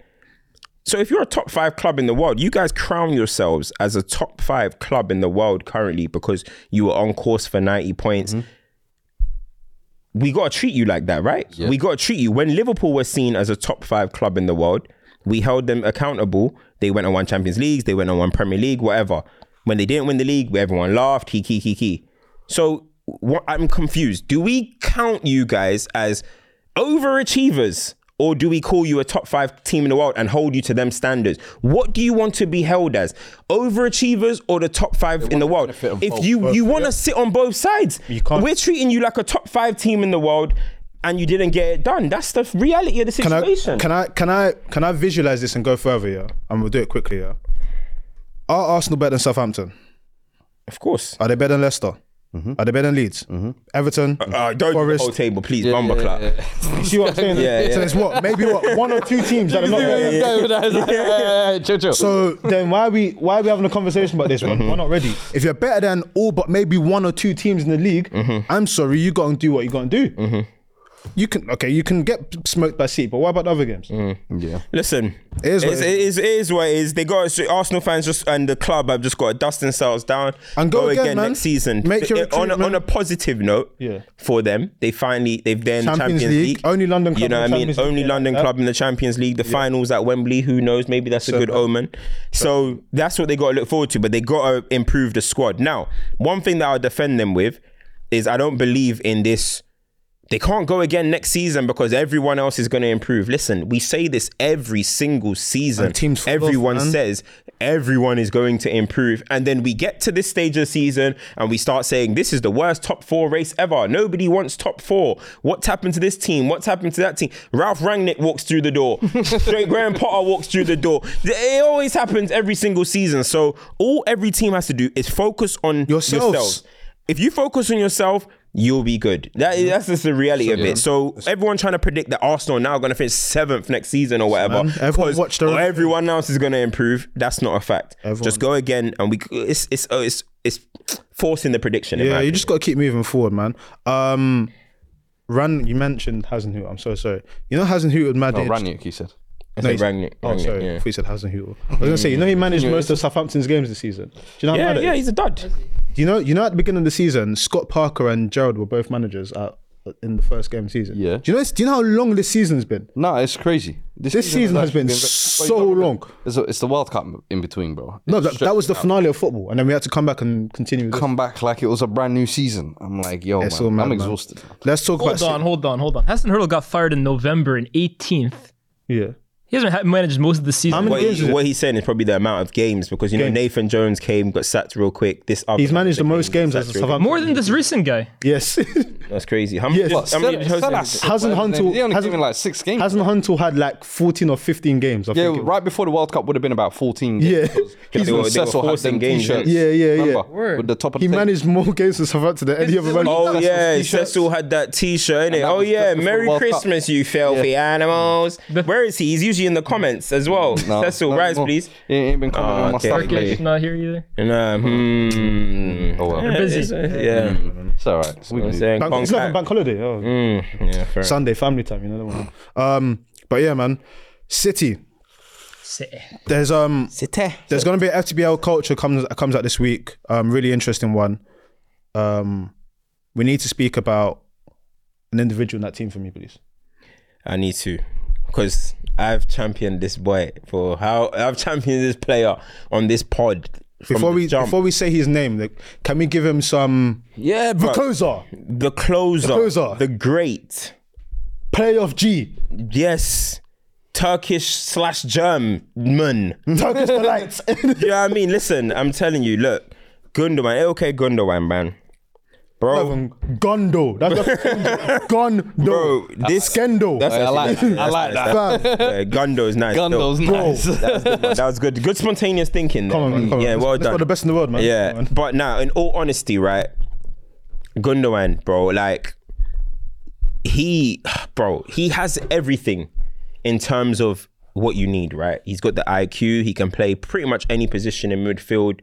So if you're a top five club in the world, you guys crown yourselves as a top five club in the world currently because you are on course for 90 points. We gotta treat you like that, right? We gotta treat you. When Liverpool were seen as a top five club in the world, we held them accountable. They went on one Champions Leagues, they went on one Premier League, whatever. When they didn't win the league, everyone laughed, hee hee hee hee. So what I'm confused. Do we count you guys as overachievers Or do we call you a top five team in the world and hold you to them standards? What do you want to be held as? Overachievers or the top five in the world?
benefit of
if
both.
you you want to sit on both sides,
You can't-
we're treating you like a top five team in the world, and you didn't get it done. That's the reality of the
Can I,
situation.
can I can I can I visualize this and go further? Yeah, and we'll do it quickly. Yeah, are Arsenal better than Southampton?
of course.
Are they better than Leicester? Are they better than Leeds? Everton?
Uh, don't do the
Forest?
whole table, please. Bumble clap.
You see what I'm saying?
Yeah, yeah.
So there's what maybe what one or two teams that are not. better than- So then why are we why are we having a conversation about this one? We're not ready. If you're better than all but maybe one or two teams in the league, I'm sorry, you gotta do what you gotta do. You can okay, you can get smoked by City, but what about the other games?
Listen, it
is
is,
what
it's,
it
it is, it is what it is. They got so Arsenal fans just and the club have just got to dust themselves down
And go again, man.
next season.
Make your
It- on, a,
recruitment.
on a positive note,
Yeah.
for them, they finally they've then
Champions
Champions,
League,
League,
only London club
You know
in
what
the
I mean?
Champions League,
Only
yeah.
London
Yeah.
club in the Champions League. The finals at Wembley. Who knows? Maybe that's a good omen. So that's what they got to look forward to. But they got to improve the squad. Now, one thing that I'll defend them with is I don't believe in this they can't go again next season because everyone else is going to improve. Listen, we say this every single season.
And teams fall off,
everyone
man.
says everyone is going to improve. And then we get to this stage of the season and we start saying, this is the worst top four race ever. Nobody wants top four. What's happened to this team? What's happened to that team? Ralph Rangnick walks through the door. Straight Graham Potter walks through the door. It always happens every single season. So all every team has to do is focus on
Yourselves.
yourselves if you focus on yourself, you'll be good. That is, that's just the reality of it. So everyone trying to predict that Arsenal are now going to finish seventh next season or whatever,
man. Everyone
'cause
watched their-
everyone else is going to improve. That's not a fact.
Everyone-
Just go again, and we it's it's oh, it's it's forcing the prediction. in
Yeah,
my
you just
opinion.
gotta keep moving forward, man. Um Ran you mentioned Hasenhut, I'm so sorry. You know Hasenhut managed
Oh, Ranić, he said.
I
No,
said
he's-
Rangnick,
Oh,
Rangnick,
sorry. I
yeah.
thought you said Hasenhut. I was gonna say, you
Mm.
know he managed most of Southampton's games this season. Do you know how
Yeah,
mad it
yeah,
is?
he's a dud.
Do you know? You know, at the beginning of the season, Scott Parker and Gerald were both managers at, in the first game of the season.
Yeah.
Do you know? Do you know how long this season's been?
No, it's crazy.
This season has
actually
been
ve-
so
But you gotta
long.
remember, It's, it's the World Cup in between, bro.
No,
It's
that, that was the finale of football, and then we had to come back and continue. With this.
come back like it was a brand new season. I'm like, yo,
It's all
man,
mad,
I'm
man.
exhausted.
Let's talk
Hold
about.
on, hold on, hold on. Hassan Hurdle got fired in November and 18th.
yeah.
He hasn't ha- managed most of the season.
How many
What,
games?
he,
is it?
what he's saying is probably the amount of games because you know
Games.
Nathan Jones came, got sacked real quick. This other
He's
guy
managed the
came,
most
got
games
sacked
as a
real quick.
Southampton.
More than this recent guy.
Yes.
That's crazy. How many?
Yes.
How many?
Sell-
Jones
sell
did he-
us-
Hasn't
whatever his
Huntel-
name- He only
hasn't-
came in like six games.
Hasn't Huntel had like fourteen or fifteen games? I
yeah,
think it was.
right before the World Cup would have been about 14 games.
Yeah.
because
They
Cecil
were- they were
had them
forcing games,
t-shirts,
yeah. Yeah, yeah, yeah.
remember, With the top of
He
the
managed more games than Southampton than any other manager.
Oh
That's
yeah,
what t-shirts.
Cecil had that T-shirt, innit?
that
Oh
was
yeah,
just before
Merry
the World Cup.
Christmas, you filthy animals. Where is he? He's usually in the comments as well.
No,
Cecil,
no,
rise
no.
please.
He ain't been coming
Oh,
on my
okay.
side
Turkish
lately.
not here either.
And, um, hmm.
Oh, well. They're
busy.
Yeah, yeah.
It's all right. We
I'm
can do
saying
Bank, it's
contact.
not a bank holiday. Oh.
Mm, yeah, fair.
Sunday family time, you know that one. Um, but yeah, man, City.
City.
There's um There's gonna be an FTBL culture comes comes out this week. Um, really interesting one. Um, we need to speak about an individual in that team for me, please.
I need to, because I've championed this boy for how I've championed this player on this pod. from
Before
the
we
jump.
before we say his name, like, can we give him some
yeah, bro.
closer
the closer, the
closer.
great,
playoff G
yes, Turkish slash German.
Turkish delight?
you know what I mean? Listen, I'm telling you, look, Gundogan, LK Gundogan, man. Bro,
Gondo. That's a, Gondo.
Bro, this-
Skendo.
that's
I like
actually
that. I
nice.
like
That's
that.
nice. That's- yeah, Gundo is nice.
Gundo's
Dope.
nice.
That's good, man. That was good. Good spontaneous thinking. There,
Come on, man,
man.
come on.
yeah,
That's-
well
that's
done.
one of the best in the world, man.
Yeah,
Come on.
but now, in all honesty, right, Gundogan, bro, like he, bro, he has everything in terms of what you need, right? He's got the IQ. He can play pretty much any position in midfield.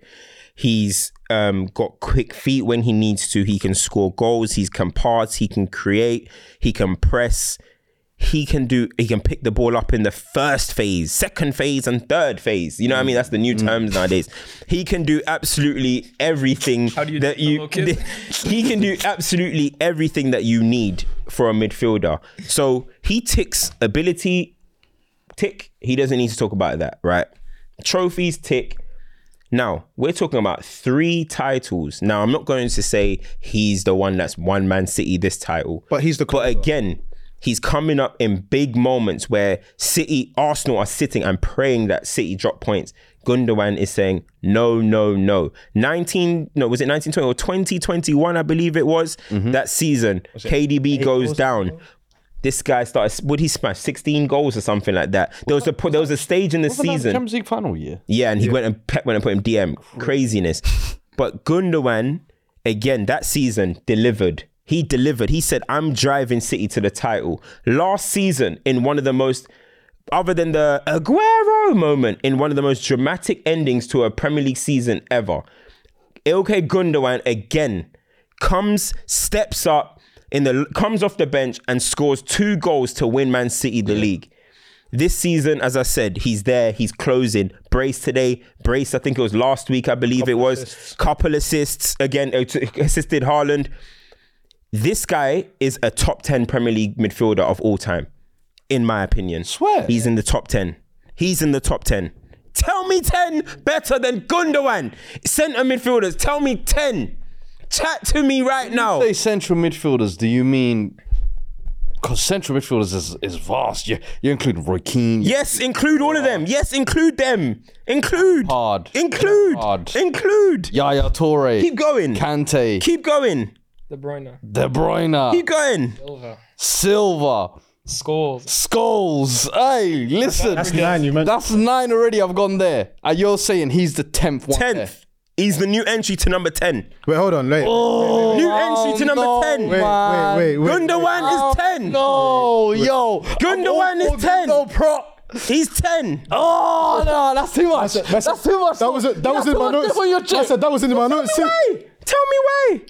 He's um, got quick feet when he needs to. He can score goals. He can pass. He can create. He can press. He can do. He can pick the ball up in the first phase, second phase, and third phase. You know what I mean? That's the new
Mm.
terms nowadays. He can do absolutely everything How
do you
that
do it,
you.
little kid?
he can do absolutely everything that you need for a midfielder. So he ticks ability, tick. He doesn't need to talk about that, right? Trophies, tick. Now, we're talking about three titles. Now, I'm not going to say he's the one that's won Man City this title.
But he's the
But
closer.
again, He's coming up in big moments where City, Arsenal are sitting and praying that City drop points. Gundogan is saying, no, no, no. 19, no, was it 1920 or 2021, I believe it was,
Mm-hmm.
that season, KDB goes down this guy started. Would he smash sixteen goals or something like that? There was a pro- there was a stage in the
Wasn't that the
season.
Champions League final year.
Yeah, and he went and Pep went and put him DM. Craziness. But Gundogan again that season delivered. He delivered. He said, "I'm driving City to the title." Last season, in one of the most other than the Aguero moment, in one of the most dramatic endings to a Premier League season ever, Ilkay Gundogan again comes, steps up in the comes off the bench and scores two goals to win Man City the league. This season, as I said, he's there. He's closing. Brace today. Brace. I think it was last week. I believe it was. Couple assists again. uh, t- Assisted Haaland. This guy is a top ten Premier League midfielder of all time, in my opinion.
Swear.
he's in the top ten. He's in the top ten. Tell me ten better than Gundogan. Centre midfielders. Tell me ten. Chat to me right now.
Say central midfielders. Do you mean? Because central midfielders is, is vast. You you include Roy Keane.
Yes, include all of them. Yes, include them. Include.
Hard.
Include.
Hard.
Include.
Yaya Torre.
Keep going.
Kante.
Keep going.
De Bruyne,
De Bruyne.
Keep going.
Oh, Silva.
Scholes,
Skulls. Hey, listen.
That's nine, you meant.
That's nine already. I've gone there. And you're saying he's the tenth one. there.
Tenth. He's the new entry to number ten.
Wait, hold on. Wait.
New
Oh,
entry to number
no,
ten.
wait,
man.
wait, wait, wait.
Gundogan is ten.
Oh, No, yo. Oh,
Gundogan is 10.
No prop.
He's ten.
Oh no, that's too much. That's,
That's- that's-
too much.
That was that
That's
was in
too
my
much
notes.
dip on your
I
chest.
said that was in my notes.
Tell me why. Tell me why.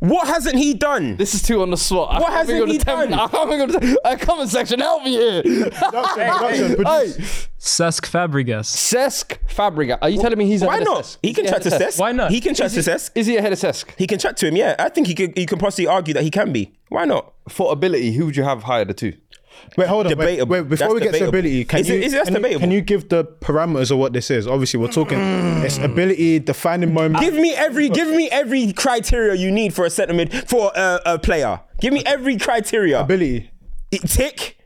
What hasn't he done?
This is two on the spot. I
What
can't think
hasn't
of the
he
ten-
done?
I can't think of the- uh, comment section. Help me here.
Production,
hey,
production.
Cesc Fabregas.
Cesc Fabregas. Are you telling me he's
Why
ahead
not?
Of Cesc?
He
Is
can
ahead
chat to
of
Cesc.
Why not?
He can chat to Cesc.
Is he ahead of Cesc?
He can chat to him. Yeah, I think he could. He can possibly argue that he can be. Why not?
For ability, who would you have higher the two?
Wait, hold on. wait,
Debatable.
Wait, before
That's
we get
debatable.
to ability, can
Is
you,
it- is that
can, you-
debatable?
can you give the parameters of what this is? Obviously, we're talking it's ability, defining moment.
Mm. Give me every give me every criteria you need for a centre mid for a, a player. Give me every criteria.
ability,
It- Tick,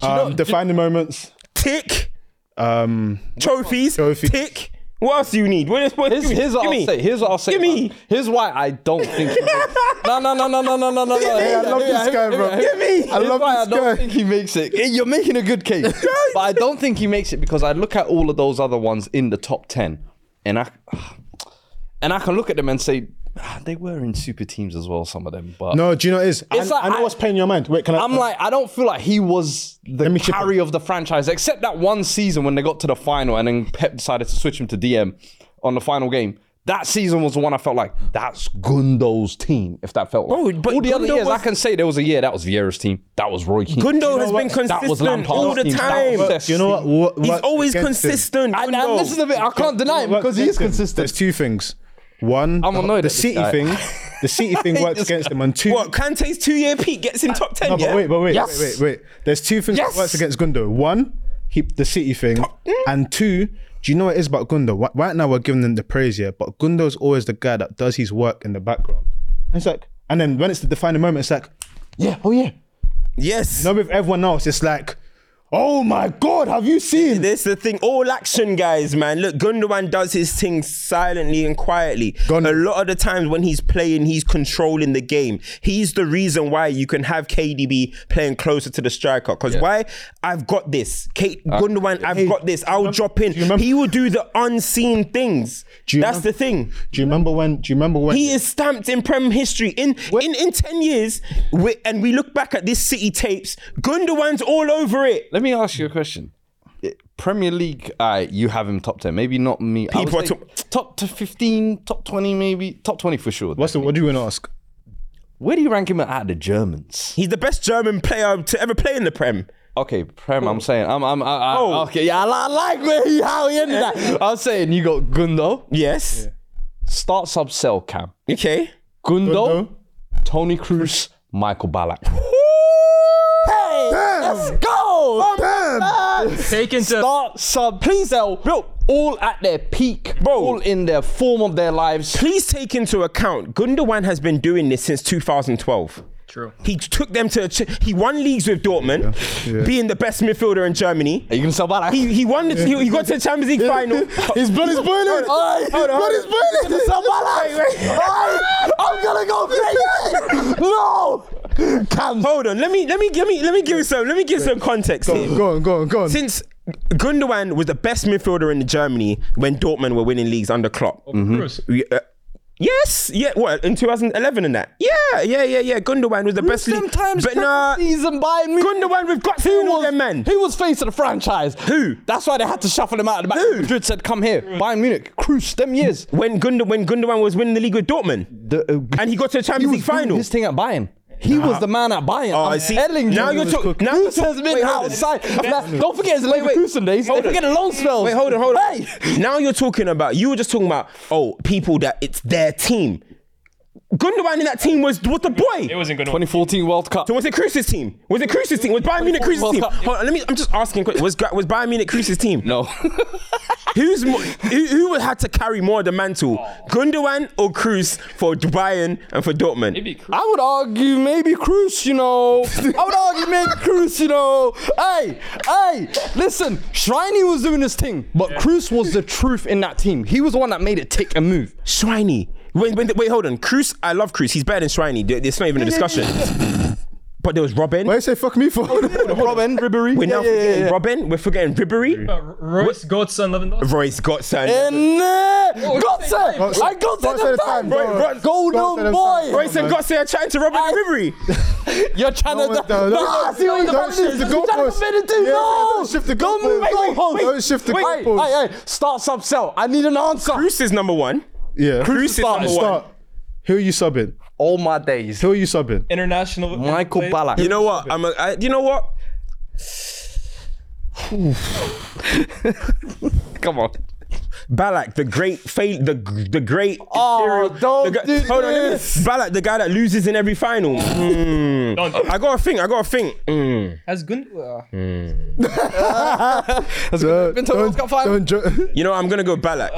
um, defining moments.
tick,
Um,
trophies,
Trophies.
tick. What else do you need? What is what?
Here's,
give me-
here's what
give
I'll
me.
say. Here's what I'll say.
Give
man.
me.
Here's why I don't think. He makes no, no, no, no, no, no, no, no.
Give me.
Here,
I love
here,
this
here,
guy,
here,
bro.
here.
Give me.
Here's
love
why I
this
don't
guy.
think he makes it. Eh, You're making a good case, but I don't think he makes it because I look at all of those other ones in the top ten, and I, and I can look at them and say "Ah, they were in super teams as well. Some of them, but
no, do you know what it is? I,
It's like
I know
I-
what's playing your mind. Wait, can I? uh,
I'm like, I don't feel like he was the
Let me chip
carry of the franchise, except that one season when they got to the final and then Pep decided to switch him to DM on the final game. That season was the one I felt like that's Gundo's team, if that felt like.
Bro, but
All the other
Gundo
years, I
was-
can say there was a year that was Vieira's team, that was Roy Keane.
Gundo has
what?
been
That was
consistent
Lampard's
all the
team. That
time.
was
Do you know what? what,
He's
what
always
against him?
consistent.
And, and
Gundo.
this is the bit I can't deny him
What
because he is
against him?
consistent.
There's two things. One,
I'm
the-
annoyed
the
at this
city
guy.
thing. The city thing works
this
against him, and two.
what Kante's two-year peak gets him top ten.
No,
yeah?
but wait, but wait,
Yes.
wait, wait, wait. There's two things
Yes.
that works against Gundo. One, he, the City thing, and two, do you know what it is about Gundo? Wh- Right now we're giving him the praise here, but Gundo's always the guy that does his work in the background. And it's like, and then when it's the defining moment, it's like,
Yeah, oh yeah.
Yes.
no, with everyone else, it's like, oh my god, have you seen?
This the thing. All action, guys, man. Look, Gundogan does his thing silently and quietly.
Gun-
a lot of the times when he's playing, he's controlling the game. He's the reason why you can have KDB playing closer to the striker. Because why? I've got this. Kate Gundogan, I've got this. I'll drop in.
Uh, do you remember-
he will do the unseen things.
you
That's
remember-
the thing.
Do you remember when? Do you remember when?
He is stamped in Prem history. In in, in ten years, we, and we look back at this City tapes. Gundogan's all over it.
Let me ask you a question. It- Premier League, uh, you have him top 10. Maybe not me. I would
People are
say
top-
top to 15, top 20, maybe. Top 20 for sure.
What's the, what do you want to ask?
Where do you rank him out of the Germans?
He's the best German player to ever play in the Prem.
Okay, Prem, I'm saying, I'm, I'm, I, I,
Oh.
okay, yeah, I, li- I like where he, how he ended that. I'm saying you got Gundo,
Yes.
start sub cell cam.
Okay.
Gundo, Tony Cruz, Michael Ballack. Hey, let's
Oh,
go!
Take into
Start sub please cell, bro. All at their peak,
Bro.
all in their form of their lives.
Please take into account Gundogan has been doing this since 2012.
True.
He took them to. Ch- he won leagues with Dortmund, being the best midfielder in Germany.
Are you gonna sell Barak?
He, he won. The, he, he got to the Champions League final.
His blood is boiling.
Hold
His
on, hold on,
blood is
hold on.
boiling.
Sell Barak.
Aye, I'm gonna go crazy. no, Cam.
Hold on. Let me let me let me let me give you some. Let me give some context here.
Go on, go on, go on.
Since Gundogan was the best midfielder in Germany when Dortmund were winning leagues under Klopp.
Mm-hmm.
Bruce,
We- uh, yes, yeah, what in 2011 and that? Yeah, yeah, yeah, yeah. Gundogan was the best. league-
Sometimes
but nah,
season buying me.
Gundogan, we've got to all them men.
He was face of the franchise.
Who?
That's why they had to shuffle him out of the back.
Who?
Madrid said, "Come here, Bayern Munich, cruise them years."
When Gund- when Gundogan was winning the league with Dortmund,
The, uh,
and he got to the Champions League
doing
final.
His thing at Bayern. He was the man at Bayern.
Oh,
I'm
I see.
telling you.
Now you're talk- now you're
Cruz
talk-
has been
wait, hold on.
outside.
Ben-
Don't forget his
Wait, wait.
Leverkusen days.
Hold
Don't forget the long spells.
Wait, hold on, hold on.
Hey,
Now you're talking about you were just talking about oh people that it's their team. Gundogan in that team was was the boy.
it wasn't good.
2014 World Cup.
So was it Cruz's team? Was it Cruz's team? Was Bayern Munich Cruz's team? Hold on, let me. I'm just asking. quick. Was Gra- was Bayern Munich Cruz's team?
No.
Who's more, who, who had to carry more of the mantle, Gundogan or Cruz for Bayern and for Dortmund?
I would argue maybe Cruz, you know. I would argue maybe Cruz, you know. Hey, hey, listen, Shriney was doing his thing, but Cruz was the truth in that team. He was the one that made it tick and move.
Schweiny. Wait, wait, wait, hold on. Cruz, I love Cruz. He's better than Schweiny. There- There's not even a discussion. but there was Robin.
Why you say fuck me for?
Robin, Ribery.
We're now forgetting Robin. We're forgetting Ribery.
Royce Godson Lewandowski.
Royce Gotson.
And uh,
Gotze.
Gotze! I Gotze
Gotze
the
the
time!
time, bro.
Right,
Gotze
Golden
the
boy!
time.
Royce and Gotson are chatting to Robin and Ribery.
You're trying
No,
to.
no, no,
Ah,
no,
see what
no,
you're
don't
trying to
shift the
do? You're trying to
goalposts.
fit it in.
Yeah,
No!
don't shift the
Don't move
goalposts.
the goalposts.
Don't shift the
Wait,
goalposts.
Hey, hey, start sub cell. I need an answer.
Cruz is number one.
yeah.
Cruz is number one.
Start. Who are you subbing?
All my days.
Who are you subbing?
International.
Michael
play-
Ballack.
You know what? I'm a, I, you know what?
come on.
Balak, the great fail, the the great.
Oh,
serial-
don't
the, gu-
do
hold on, let me-
this.
Balak, the guy that loses in every final. Hmm. I gotta think. I gotta think. Hmm.
Has Gundogan.
Uh,
Been to the World Cup final?
don't ju-
You know, I'm gonna go Balak.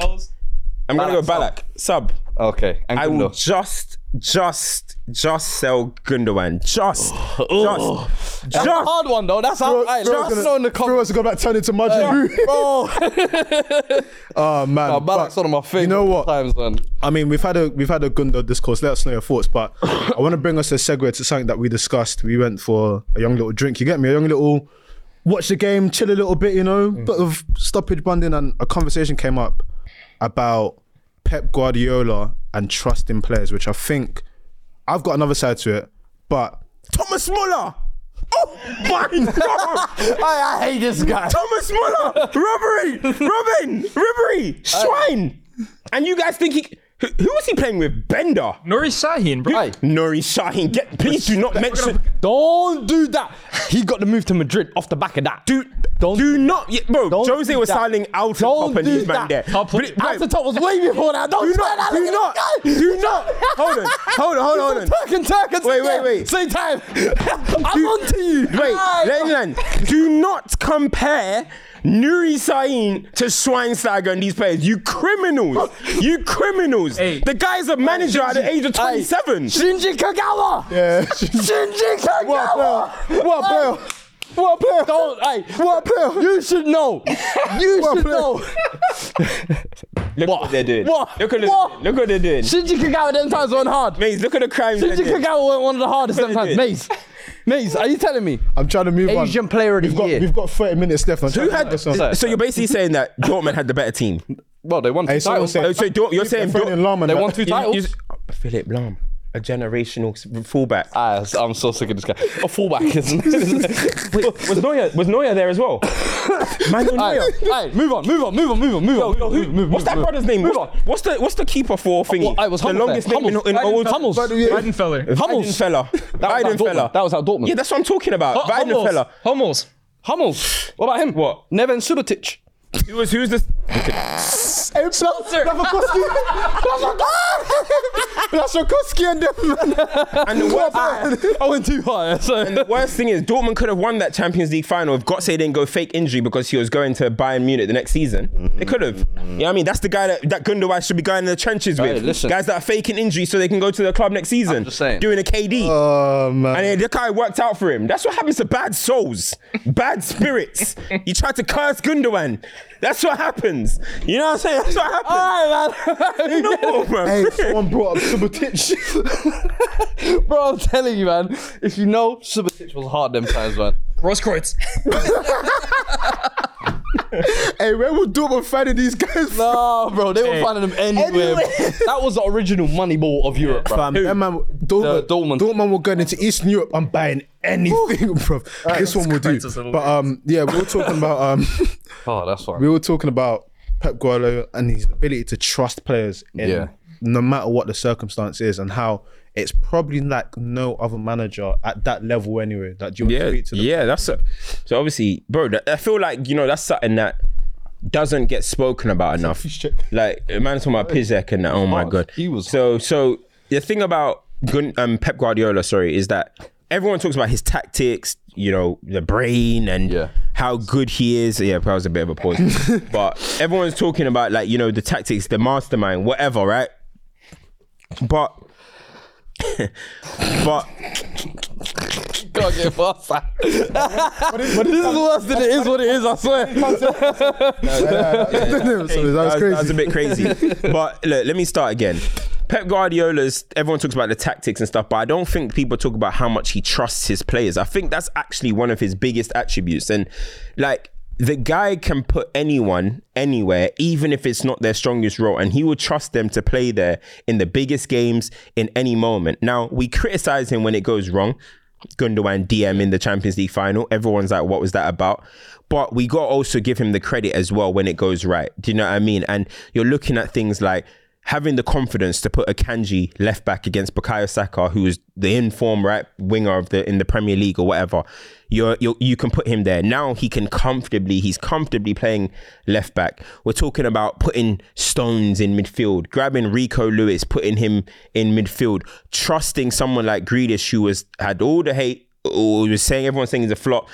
I'm gonna go Balak. Sub.
Okay, and
I
Gundo.
will just, just, just sell Gundogan. Just, just,
That's a
just.
hard one though. That's how. Right,
Bro,
let us know in the
Bro,
comments.
it's gonna go back turn into Majin Buu.
Bro,
Oh man,
Nah, Balak's
But
one of my favorite
You know what?
times, man.
I mean, we've had a we've had a Gundo discourse. Let us know your thoughts, but I want to bring us a segue to something that we discussed. We went for a young little drink. You get me? A young little watch the game, chill a little bit. You know, bit of stoppage bonding, and a conversation came up about Pep Guardiola and trusting players, which I think I've got another side to it, but.
Thomas Muller. Oh my God!
I, I hate this guy.
Thomas Muller, robbery, Robin,
Uh,
robbery, Schwein. And you guys think he? Who, who was he playing with? Bender.
Nori Sahin, bro.
Hey,
Nori Sahin. Get, please do not mention.
don't do that. He got the move to Madrid off the back of that.
Do,
Don't-
don't do not, yeah, bro.
Don't
Jose
do
was
that.
styling out
Don't
top and
do
these man
that.
there.
Top-
But it-
Out the
bro,
top was way before that. Don't
do
try
not,
that.
do not, do not. Hold on, hold on, hold on, hold on.
Turk and Turk and
Wait, wait, wait.
Same time. I'm onto you.
Wait,
Aye.
Leyland, do not compare Nuri Sahin to Schweinsteiger and these players. You criminals. You criminals.
Hey.
The guy's a manager at the age of
Aye.
27.
Shinji Kagawa.
Yeah.
Shinji Kagawa.
What player? What player?
Aye. What player? Don't, hey, what player? You should know. You should
player?
know.
Look
What?
what they're doing.
What?
Look at
What?
what? Look what they're doing.
Shinji Kagawa them times went hard.
Maze, look at the crimes.
Shinji
they're doing.
Kagawa went one of the hardest them times.
did.
Maze. Maze, are you telling me?
I'm trying to move on.
Asian player of the
we've got,
year.
We've got 30 minutes left. I'm
Who
trying to
had,
focus on-
so you're basically saying that Dortmund had the better team.
Well, they won two
Hey, someone
titles.
said-
Oh, so Dor- you're saying
Ferdinand
Dor-
Lahm and
They
that.
won two
You-
titles.
you- Oh, Philip Lahm, a generational s- fullback.
Ah, I'm so sick of this guy. A fullback, isn't it?
Wait, was Neuer was Neuer there as well? Manuel Neuer.
Aye, aye, move on, move on, move on, move on, move on.
Yo,
move,
who-
on, move, on,
what's
move,
that
on.
brother's name?
Move
What's,
on.
what's the what's the keeper for thingy?
Well, I was
the
Hummels
longest
there.
name in,
Hummels.
in old
Hummels.
But yeah,
Weidenfeller.
Hummels.
fella.
That was at
Biden fella.
Dortmund. That was at Dortmund.
Yeah, that's what I'm talking about.
Hummels.
Biden fella.
Hummels.
Hummels. What about him?
What?
Neven Subotic.
Who was who's this?
Hey, Pla- Plafokowski! Plafokowski! Plafokowski and them, man.
And the worst,
I went too high.
and the worst thing is, Dortmund could have won that Champions League final if Gotze didn't go fake injury because he was going to Bayern Munich the next season. They could have. You know what I mean? That's the guy that, that Gundogan should be going in the trenches with.
Hey, listen.
Guys that are faking injury so they can go to the club next season.
just saying.
Doing a KD.
Oh, man.
And the guy worked out for him. That's what happens to bad souls, bad spirits. you try to curse Gundogan. That's what happens. You know what I'm saying? That's what happens. All right, man. no, bro.
Hey, someone brought up Subotic.
Bro, I'm telling you, man. If you know, Subotic was hard them times, man.
Grosskreutz.
hey, where would Dortmund finding these guys from?
Nah, bro, they were finding them anywhere.
Anywhere.
that was the original Moneyball of Europe, bro.
Fam, that man,
The
Dortmund,
Dortmund.
Dortmund. were going into Eastern Europe. I'm buying anything, bro. this one will do.
Christ, it's a little
But um, yeah, we were talking about um,
Oh, that's fine.
we were talking about Pep Guardiola and his ability to trust players in
Yeah.
no matter what the circumstance is, and how it's probably like no other manager at that level anyway. That you
yeah,
speak to them.
yeah. That's a, so obviously, bro. that- I feel like you know that's something that doesn't get spoken about enough.
check.
Like a man talking about Piszek and that. Oh my
hard.
god,
He was
so so. The thing about Gun, um, Pep Guardiola, sorry, is that everyone talks about his tactics. You know, the brain and
Yeah.
how good he is. Yeah, that was a bit of a pause, but everyone's talking about like you know the tactics, the mastermind, whatever, right? But but
Can't get past that. this is worse than it is what it is, I swear.
so that was
That was
crazy.
a bit crazy. but look, let me start again. Pep Guardiola's, everyone talks about the tactics and stuff, but I don't think people talk about how much he trusts his players. I think that's actually one of his biggest attributes. And like, the guy can put anyone anywhere, even if it's not their strongest role, and he will trust them to play there in the biggest games in any moment. Now, we criticize him when it goes wrong. Gundogan DM in the Champions League final. Everyone's like, what was that about? But we got to also give him the credit as well when it goes right. Do you know what I mean? And you're looking at things like having the confidence to put a Kanji left back against Bukayo Saka, who is the inform right winger of the in the Premier League or whatever. You're, you're you can put him there. Now he can comfortably he's comfortably playing left back. We're talking about putting stones in midfield, grabbing Rico Lewis, putting him in midfield, trusting someone like Greedish who was had all the hate or was saying everyone's saying he's a flop,